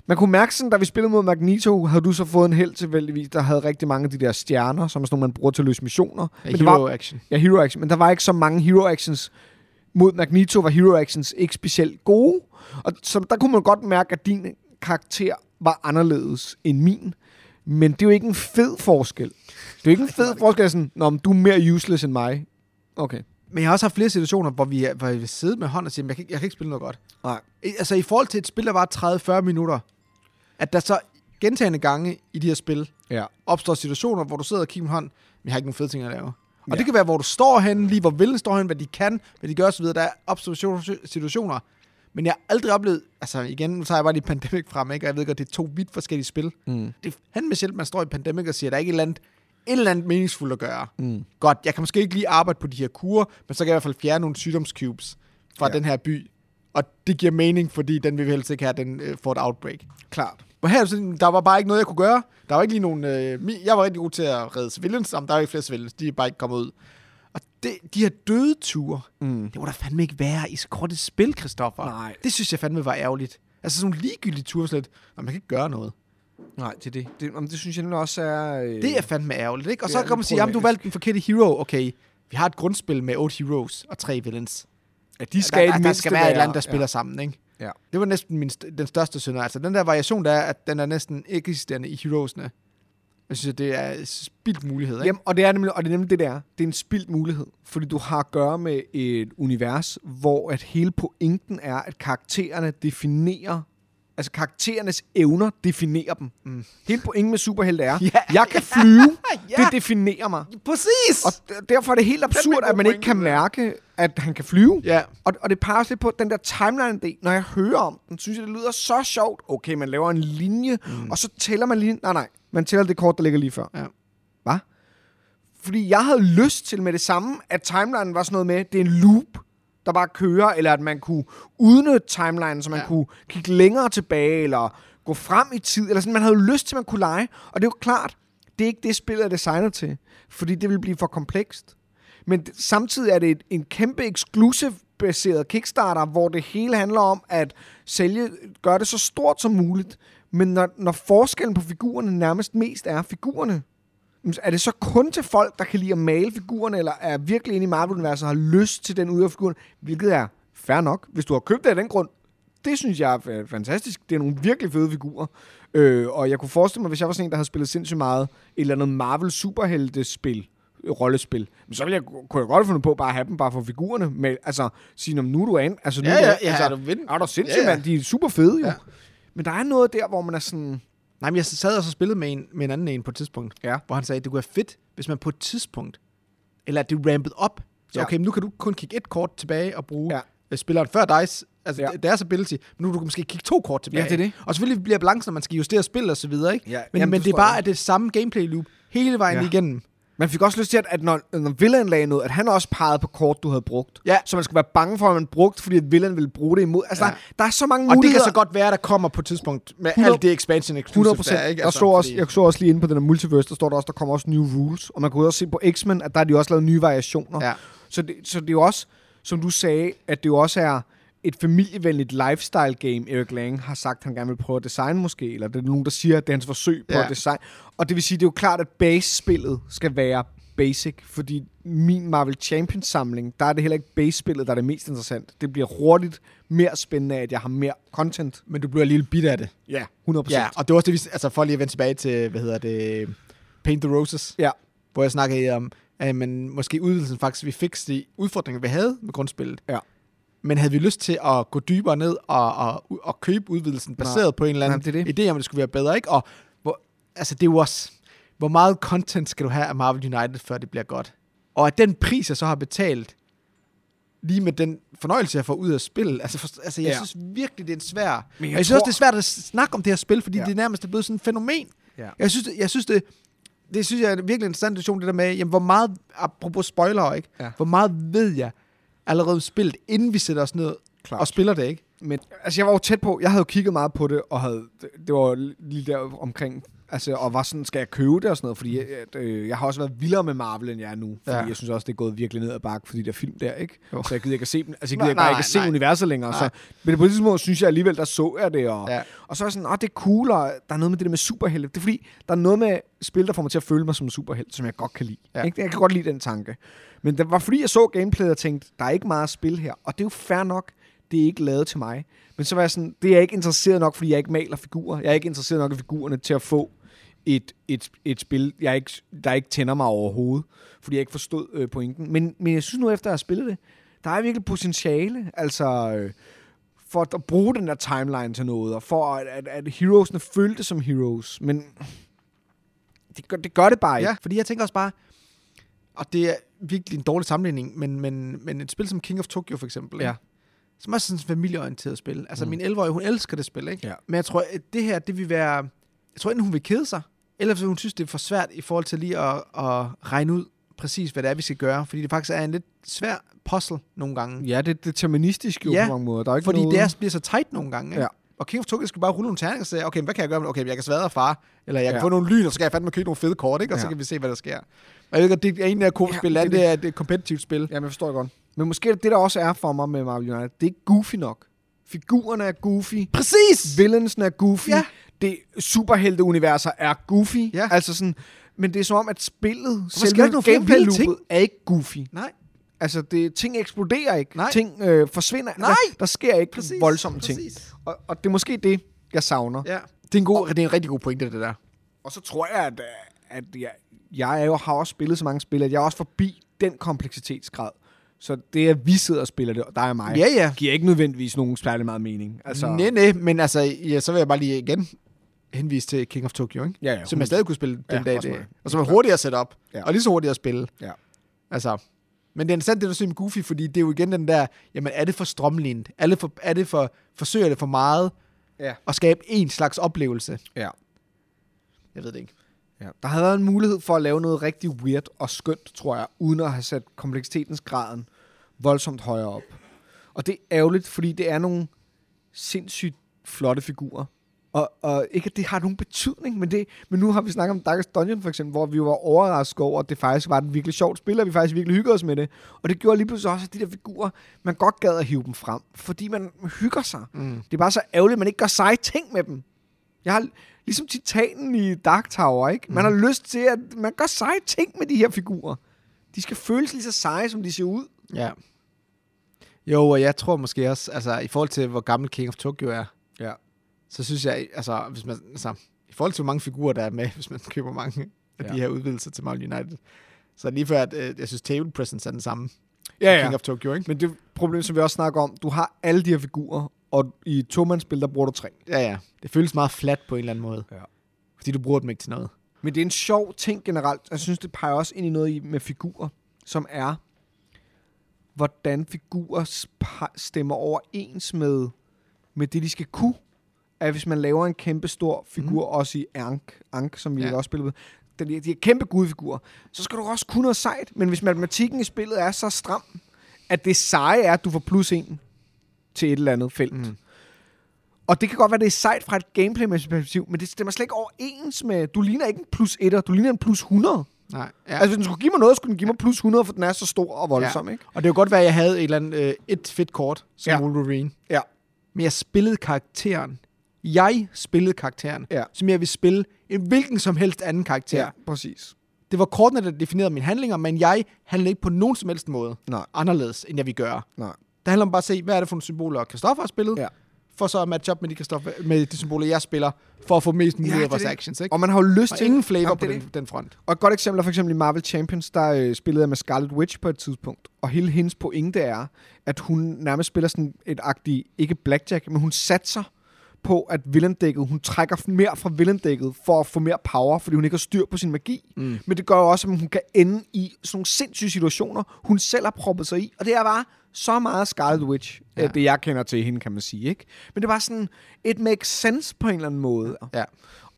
Speaker 2: man kunne mærke sådan, da vi spillede mod Magneto, havde du så fået en held tilfældigvis, der havde rigtig mange af de der stjerner, som er sådan nogle, man bruger til at løse missioner.
Speaker 1: ja
Speaker 2: men det
Speaker 1: hero
Speaker 2: var,
Speaker 1: action.
Speaker 2: ja, hero action. Men der var ikke så mange hero actions. Mod Magneto var hero actions ikke specielt gode. Og så der kunne man godt mærke, at din karakter var anderledes end min. Men det er jo ikke en fed forskel. Det er jo ikke en fed forskel, sådan, Nå, men du er mere useless end mig. Okay.
Speaker 1: Men jeg har også haft flere situationer, hvor vi, er- hvor vi sidder med hånden og siger, "Men jeg kan, ikke- jeg kan ikke spille noget godt.
Speaker 2: Nej.
Speaker 1: I- Altså i forhold til et spil, der var 30-40 minutter, at der så gentagende gange i de her spil
Speaker 2: Ja.
Speaker 1: opstår situationer, hvor du sidder og kigger med hånden, men jeg har ikke nogen fede ting at lave. Og
Speaker 2: Ja.
Speaker 1: ja. det kan være, hvor du står henne, lige hvor vilden står henne, hvad de kan, hvad de gør osv. Der er observationer- situationer. Men jeg har aldrig oplevet, altså igen, nu tager jeg bare lige Pandemic frem, ikke? og jeg ved godt, det er to vidt forskellige spil.
Speaker 2: Mm.
Speaker 1: Det er fandme sjældent, man står i Pandemic og siger, at der er ikke et eller andet, et eller andet meningsfuldt at gøre.
Speaker 2: Mm.
Speaker 1: Godt, jeg kan måske ikke lige arbejde på de her kurer, men så kan jeg i hvert fald fjerne nogle sygdomscubes fra
Speaker 2: Ja.
Speaker 1: ja. den her by. Og det giver mening, fordi den vil vi helst ikke have, den øh, får et outbreak.
Speaker 2: Klart.
Speaker 1: Hvor her, er det sådan, der var bare ikke noget, jeg kunne gøre. Der var ikke lige nogen... Øh, mi- jeg var rigtig god til at redde civilians, men der var ikke flere civilians. De er bare ikke kommet ud. Og det, de her døde ture,
Speaker 2: Mm.
Speaker 1: det var der fandme ikke være i så kort et spil, Christoffer.
Speaker 2: Nej.
Speaker 1: Det synes jeg fandme var ærgerligt. Altså sådan nogle ligegyldige ture, slet. Nå, man kan ikke gøre noget.
Speaker 2: Nej, det er det. Det, om det synes jeg nemlig også er... Øh...
Speaker 1: Det er fandme ærgerligt, ikke? Og
Speaker 2: Det
Speaker 1: så
Speaker 2: er
Speaker 1: kan man
Speaker 2: lidt
Speaker 1: sige, jamen du
Speaker 2: problematisk.
Speaker 1: valgte den forkerte hero. Okay, vi har et grundspil med 8 heroes og 3 villains.
Speaker 2: at de
Speaker 1: der, der, der skal være et eller andet, der spiller ja. sammen, ikke?
Speaker 2: Ja.
Speaker 1: Det var næsten min st- den største synder. Altså den der variation, der er, at den er næsten ikke eksisterende i heroesne. Jeg synes, at det er spildt mulighed, ikke?
Speaker 2: Jamen, og det er nemlig, og det er nemlig det, der. Det er en spildt mulighed, fordi du har at gøre med et univers, hvor at hele pointen er, at karaktererne definerer Altså karakterernes evner definerer dem. Mm. Hele pointen med superhelte er,
Speaker 1: <laughs> Ja.
Speaker 2: jeg kan flyve,
Speaker 1: <laughs> Ja.
Speaker 2: det definerer mig.
Speaker 1: Præcis!
Speaker 2: Og d- derfor er det helt absurd,
Speaker 1: god
Speaker 2: at man ikke
Speaker 1: pointe,
Speaker 2: kan
Speaker 1: det
Speaker 2: mærke, at han kan flyve.
Speaker 1: Ja.
Speaker 2: Og, og det peger også lidt på den der timeline-idé. Når jeg hører om den, synes jeg, det lyder så sjovt. Okay, man laver en linje, mm. og så tæller man linjen. Nej, nej, man tæller det kort, der ligger lige før.
Speaker 1: Ja.
Speaker 2: Hvad? Fordi jeg havde lyst til med det samme, at timelinen var sådan noget med, det er en loop, der bare kører, eller at man kunne udnytte timelinen, så man ja.
Speaker 1: Ja.
Speaker 2: kunne kigge længere tilbage, eller gå frem i tid, eller sådan. Man havde jo lyst til, at man kunne lege. Og det er jo klart, det er ikke det, spillet er designet til, fordi det vil blive for komplekst. Men d- samtidig er det et, en kæmpe exclusive baseret Kickstarter, hvor det hele handler om at sælge, gøre det så stort som muligt. Men når, når forskellen på figurerne nærmest mest er figurerne, Jamen, Er det så kun til folk, der kan lide at male figurerne, eller er virkelig inde i Marvel-universet og har lyst til den ud af figuren? Hvilket er fair nok, hvis du har købt det af den grund. Det synes jeg er fa- fantastisk. Det er nogle virkelig fede figurer. Øh, og jeg kunne forestille mig, hvis jeg var sådan en, der havde spillet sindssygt meget et eller andet marvel superheltespil øh, rollespil, men så ville jeg, kunne jeg godt have fundet på bare at have dem bare for figurerne. Men altså, sige, "Nå, nu er du an. Altså, nu
Speaker 1: Ja,
Speaker 2: er du
Speaker 1: ja,
Speaker 2: an."
Speaker 1: ja,
Speaker 2: altså,
Speaker 1: er du vind-
Speaker 2: er du sindssygt,
Speaker 1: Ja, ja.
Speaker 2: mand? De er super fede, jo. Ja.
Speaker 1: Ja.
Speaker 2: Men der er noget der, hvor man er sådan...
Speaker 1: Nej, men jeg sad og så spillede med en, med en anden en på et tidspunkt,
Speaker 2: Ja.
Speaker 1: hvor han sagde, at det kunne være fedt, hvis man på et tidspunkt, eller at det rampede op. Så
Speaker 2: Ja.
Speaker 1: okay, men nu kan du kun kigge et kort tilbage og bruge
Speaker 2: Ja.
Speaker 1: ja. spilleren før dice, altså
Speaker 2: Ja.
Speaker 1: ja. deres ability, men nu kan du måske kigge to kort tilbage.
Speaker 2: Ja, det er det.
Speaker 1: Og selvfølgelig bliver balancen, når man skal justere spil og så videre, ikke?
Speaker 2: Ja,
Speaker 1: men
Speaker 2: jamen,
Speaker 1: men
Speaker 2: det
Speaker 1: det er
Speaker 2: forstår
Speaker 1: bare
Speaker 2: jeg.
Speaker 1: at det er samme gameplay loop hele vejen
Speaker 2: Ja.
Speaker 1: ja. igennem.
Speaker 2: Man fik også lyst til, at, at når, når villain lagde noget, at han også pegede på kort, du havde brugt.
Speaker 1: Ja.
Speaker 2: Så man skulle være bange for, at man brugte, fordi at villain ville bruge det imod. Altså, ja.
Speaker 1: Ja.
Speaker 2: der, der er så mange
Speaker 1: Og det
Speaker 2: muligheder.
Speaker 1: kan så godt være, der kommer på et tidspunkt med
Speaker 2: 100
Speaker 1: alt det expansion
Speaker 2: 100
Speaker 1: exclusive.
Speaker 2: procent.
Speaker 1: der er, ikke? Altså,
Speaker 2: Jeg, så også,
Speaker 1: fordi-
Speaker 2: jeg så også lige inde på den her multiverse, der står der også, der kommer også new rules. Og man kunne også se på X-Men, at der har de også lavet nye variationer.
Speaker 1: Ja.
Speaker 2: Så, det, så det er jo også, som du sagde, at det jo også er et familievenligt lifestyle game, Eric Lang har sagt, han gerne vil prøve at designe måske, eller det er nogen, der siger, at det er hans forsøg på
Speaker 1: Ja.
Speaker 2: at designe. Og det vil sige, det er jo klart, at base-spillet skal være basic, fordi min Marvel Champions samling, der er det heller ikke base-spillet, der er det mest interessant. Det bliver hurtigt mere spændende, af, at jeg har mere content.
Speaker 1: Men du bliver lige lidt bit af det.
Speaker 2: Ja, 100%.
Speaker 1: Ja, og det var også det, vi... Altså, for lige at vende tilbage til, hvad hedder det... Paint the Roses.
Speaker 2: ja.
Speaker 1: hvor jeg snakkede om, at man måske udvidelsen faktisk, vi fik de udfordringer, vi havde med grundspillet.
Speaker 2: Ja.
Speaker 1: Men havde vi lyst til at gå dybere ned og, og, og købe udvidelsen baseret på en eller anden
Speaker 2: Nej, det er det.
Speaker 1: idé om, at det skulle være bedre, ikke? Og hvor, altså, det er jo også, hvor meget content skal du have af Marvel United, før det bliver godt? Og at den pris, jeg så har betalt, lige med den fornøjelse, jeg får ud af spillet, altså, for, altså jeg
Speaker 2: Ja.
Speaker 1: ja. synes virkelig, det er en svær...
Speaker 2: Men
Speaker 1: Men
Speaker 2: jeg
Speaker 1: jeg, jeg synes
Speaker 2: tror-
Speaker 1: også, det er svært at snakke om det her spil, fordi
Speaker 2: Ja.
Speaker 1: ja. det er nærmest er blevet sådan et fænomen.
Speaker 2: Ja.
Speaker 1: Jeg synes, det, jeg synes det, det synes jeg er en virkelig interessant diskussion, det der med, jamen, hvor meget, apropos spoiler, ikke?
Speaker 2: Ja.
Speaker 1: Hvor meget ved jeg allerede om spillet, inden vi sætter os ned
Speaker 2: Klart.
Speaker 1: og spiller det, ikke?
Speaker 2: Men altså, jeg var jo tæt på. Jeg havde jo kigget meget på det, og havde, det, det var lige der omkring, altså, og var sådan, skal jeg købe det og sådan noget? Fordi at, øh, jeg har også været vildere med Marvel, end jeg er nu. Fordi
Speaker 1: Ja.
Speaker 2: jeg synes også, det er gået virkelig ned ad bakke, fordi der film der, ikke?
Speaker 1: Jo.
Speaker 2: Så jeg gider ikke at se dem. Altså, jeg
Speaker 1: Nej,
Speaker 2: gider bare
Speaker 1: nej,
Speaker 2: ikke at se
Speaker 1: nej.
Speaker 2: universet længere. Så,
Speaker 1: Nej.
Speaker 2: men på det tidspunkt synes jeg alligevel, der så jeg det. Og,
Speaker 1: Ja.
Speaker 2: og så er jeg sådan, åh, det er cool, og der er noget med det der med superhelte. Det er fordi, der er noget med spil, der får mig til at føle mig som en superhelt, som jeg godt kan lide.
Speaker 1: Ja.
Speaker 2: Ikke? Jeg kan godt lide den tanke. Men det var fordi, jeg så gameplayet og tænkte, der er ikke meget spil her. Og det er jo fair nok, det er ikke lavet til mig. Men så var jeg sådan, det er jeg ikke interesseret nok, fordi jeg ikke maler figurer. Jeg er ikke interesseret nok i figurerne til at få et, et, et spil, jeg ikke, der ikke tænder mig overhovedet, fordi jeg ikke forstod øh, pointen. Men, men jeg synes nu, efter at have spillet det, der er virkelig potentiale. Altså, øh, for at bruge den der timeline til noget, og for at, at, at heroesne følte som heroes, men det gør det, gør det bare ikke.
Speaker 1: Ja. Fordi jeg tænker også bare, og det er virkelig en dårlig sammenligning, men, men, men et spil som King of Tokyo for eksempel,
Speaker 2: Ja.
Speaker 1: ikke? som også er sådan et familieorienteret spil. Altså
Speaker 2: Mm.
Speaker 1: min 11-årige, hun elsker det spil, ikke?
Speaker 2: Ja.
Speaker 1: Men jeg tror, at det her, det vil være... Jeg tror enten hun vil kede sig, eller hvis hun synes, det er for svært i forhold til lige at, at regne ud præcis, hvad det er, vi skal gøre. Fordi det faktisk er en lidt svær puzzle nogle gange.
Speaker 2: ja det er deterministisk jo ja,
Speaker 1: Ja,
Speaker 2: på mange måder. Der er ikke
Speaker 1: Fordi
Speaker 2: noget...
Speaker 1: det er, bliver så tight nogle gange. Ikke?
Speaker 2: Ja.
Speaker 1: Ja. Og King of Tokyo skal bare rulle nogle terninger og sige, okay, men hvad kan jeg gøre? Okay, jeg kan smadre far, eller jeg kan
Speaker 2: Ja.
Speaker 1: ja. få nogle lyn, og så kan jeg fandme købe nogle fede kort, ikke? og ja. så
Speaker 2: Ja.
Speaker 1: kan vi se, hvad der sker. Og jeg ved godt, det er en af
Speaker 2: Ja,
Speaker 1: koop-spil, ja,
Speaker 2: det
Speaker 1: det,
Speaker 2: er
Speaker 1: det er et kompetitivt spil.
Speaker 2: Jamen, jeg forstår det godt. Men måske er det det, der også er for mig med Marvel United. Det er ikke goofy nok. Figurerne er goofy.
Speaker 1: Præcis!
Speaker 2: Villainsene er goofy.
Speaker 1: Ja.
Speaker 2: Det superhelteuniverser er goofy.
Speaker 1: Ja.
Speaker 2: Altså sådan, men det er som om, at spillet,
Speaker 1: skal der ikke
Speaker 2: selve
Speaker 1: nogle flere vilde
Speaker 2: gameplay-loopet,
Speaker 1: ting?
Speaker 2: er ikke goofy.
Speaker 1: Nej,
Speaker 2: Altså, det, ting eksploderer ikke.
Speaker 1: Nej.
Speaker 2: Ting øh, forsvinder.
Speaker 1: Nej!
Speaker 2: Der, der sker ikke
Speaker 1: præcis.
Speaker 2: voldsomme ting.
Speaker 1: præcis. ting.
Speaker 2: Og, og det er måske det, jeg savner. Ja.
Speaker 1: Ja. Det er, en god, det er en rigtig god pointe, det der.
Speaker 2: Og så tror jeg, at, øh, at jeg, jeg er jo, har også spillet så mange spil, at jeg er også forbi den kompleksitetsgrad. Så det, at vi sidder og spiller det, og dig og mig,
Speaker 1: Ja, ja.
Speaker 2: giver ikke nødvendigvis nogen særlig meget mening. Altså,
Speaker 1: Altså... Nej, nej, men altså, ja, så vil jeg bare lige igen henvise til King of Tokyo, ikke?
Speaker 2: Ja, ja,
Speaker 1: som jeg
Speaker 2: 100.
Speaker 1: stadig kunne spille den
Speaker 2: Ja,
Speaker 1: dag. i
Speaker 2: også
Speaker 1: dag.
Speaker 2: mig.
Speaker 1: Og som er hurtigere at sætte op,
Speaker 2: Ja.
Speaker 1: ja. og lige så hurtigt at spille.
Speaker 2: Ja.
Speaker 1: Altså, men det er interessant, det du siger med Goofy, fordi det er jo igen den der, jamen er det for strømlignet? Er det for, er det for forsøger det for meget
Speaker 2: Ja.
Speaker 1: at skabe en slags oplevelse?
Speaker 2: ja.
Speaker 1: Jeg ved det ikke.
Speaker 2: Ja. Der havde været en mulighed for at lave noget rigtig weird og skønt, tror jeg, uden at have sat kompleksitetens graden voldsomt højere op. Og det er ærgerligt, fordi det er nogle sindssygt flotte figurer. Og, og ikke, at det har nogen betydning, men, det, men nu har vi snakket om Darkest Dungeon for eksempel, hvor vi var overrasket over, at det faktisk var et virkelig sjovt spil, og vi faktisk virkelig hyggede os med det. Og det gjorde lige pludselig også, at de der figurer, man godt gad at hive dem frem, fordi man hygger sig. Mm. Det er bare så ærgerligt, at man ikke gør seje ting med dem. Jeg har ligesom titanen i Dark Tower, ikke? Man har lyst til, at man gør seje ting med de her figurer. De skal føles lige så seje, som de ser ud.
Speaker 1: Ja. Jo, og jeg tror måske også, altså i forhold til, hvor gammel King of Tokyo er,
Speaker 2: Ja.
Speaker 1: så synes jeg, altså, hvis man, altså, i forhold til, hvor mange figurer der er med, <laughs> hvis man køber mange af ja.
Speaker 2: Ja.
Speaker 1: de her udvidelser til Marvel United, så er det lige før, at øh, jeg synes, table presence er den samme.
Speaker 2: Ja,
Speaker 1: i
Speaker 2: ja.
Speaker 1: King of Tokyo, ikke?
Speaker 2: Men det problem, som vi også snakker om, du har alle de her figurer, og i et to-mandsspil, der bruger du tre.
Speaker 1: Ja, ja. Det føles meget flat på en eller anden måde.
Speaker 2: Ja.
Speaker 1: Fordi du bruger dem ikke til noget.
Speaker 2: Men det er en sjov ting generelt. Jeg synes, det peger også ind i noget i- med figurer, som er, hvordan figurer spa- stemmer overens med, med det, de skal kunne. At hvis man laver en kæmpe stor figur, mm. også i Ank, Ank som vi
Speaker 1: Ja.
Speaker 2: ja. også spillede med, den- de, de er kæmpe gudfigurer, så skal du også kunne noget sejt. Men hvis matematikken i spillet er så stram, at det seje er, at du får plus en til et eller andet felt. Mm. Og det kan godt være, det er sejt fra et gameplaymæssigt perspektiv, men det stemmer slet ikke overens med... Du ligner ikke en plus 1'er, du ligner en plus 100.
Speaker 1: Nej.
Speaker 2: Ja. Altså, hvis den skulle give mig noget, skulle den give mig plus 100, for den er så stor og voldsom, ja. ikke?
Speaker 1: Og det kunne godt være, at jeg havde et, eller andet, øh, et fedt kort som
Speaker 2: Ja.
Speaker 1: ja. Wolverine.
Speaker 2: Ja.
Speaker 1: Men jeg spillede karakteren. Jeg spillede karakteren,
Speaker 2: Ja.
Speaker 1: som jeg ville spille en hvilken som helst anden karakter.
Speaker 2: Ja, præcis.
Speaker 1: Det var kortene, der definerede mine handlinger, men jeg handlede ikke på nogen som helst måde
Speaker 2: Nej.
Speaker 1: anderledes, end jeg ville gøre.
Speaker 2: Nej.
Speaker 1: Det handler om bare at se, hvad er det for nogle symboler, Kristoffer har spillet,
Speaker 2: Ja.
Speaker 1: for så at matche op med de, Christoffer, med de symboler, jeg spiller, for at få mest muligt
Speaker 2: det
Speaker 1: ja,
Speaker 2: er
Speaker 1: af vores
Speaker 2: det.
Speaker 1: actions. Ikke?
Speaker 2: Og man har jo lyst
Speaker 1: Og
Speaker 2: til...
Speaker 1: ingen flavor
Speaker 2: Jamen,
Speaker 1: på
Speaker 2: det er
Speaker 1: den,
Speaker 2: det.
Speaker 1: den front.
Speaker 2: Og et godt eksempel er for eksempel i Marvel Champions, der øh, spillede jeg med Scarlet Witch på et tidspunkt, og hele hendes pointe er, at hun nærmest spiller sådan et agtigt, ikke blackjack, men hun satser på, at villendækket, hun trækker f- mere fra villendækket for at få mere power, fordi hun ikke har styr på sin magi. Mm. Men det gør jo også, at hun kan ende i sådan nogle sindssyge situationer, hun selv har proppet sig i, og det er bare så meget Scarlet Witch,
Speaker 1: Ja.
Speaker 2: ja. det jeg kender til hende, kan man sige, ikke? Men det var sådan, it makes sense på en eller anden måde.
Speaker 1: Ja.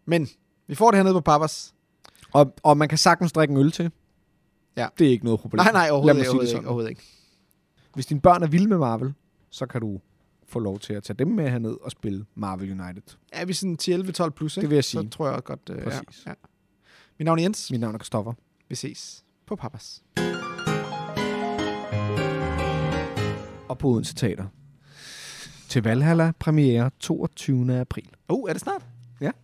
Speaker 1: Men vi får det hernede på Papas.
Speaker 2: Og, og man kan sagtens drikke en øl til.
Speaker 1: Ja.
Speaker 2: Det er ikke noget problem.
Speaker 1: Nej, nej,
Speaker 2: Lad
Speaker 1: overhovedet,
Speaker 2: mig
Speaker 1: ikke,
Speaker 2: sige det
Speaker 1: overhovedet,
Speaker 2: sådan.
Speaker 1: ikke, overhovedet ikke.
Speaker 2: Hvis dine børn er vilde med Marvel, så kan du få lov til at tage dem med herned og spille Marvel United.
Speaker 1: Er vi sådan 10-11-12 plus, ikke?
Speaker 2: Det vil jeg
Speaker 1: Så
Speaker 2: sige.
Speaker 1: tror jeg også godt. Øh,
Speaker 2: Præcis.
Speaker 1: Ja, ja. Mit navn er Jens.
Speaker 2: Mit navn er Kristoffer.
Speaker 1: Vi ses på Papas.
Speaker 2: Og på Odense Teater. Til Valhalla premiere 22. april. Uh,
Speaker 1: Oh, er det snart?
Speaker 2: Ja.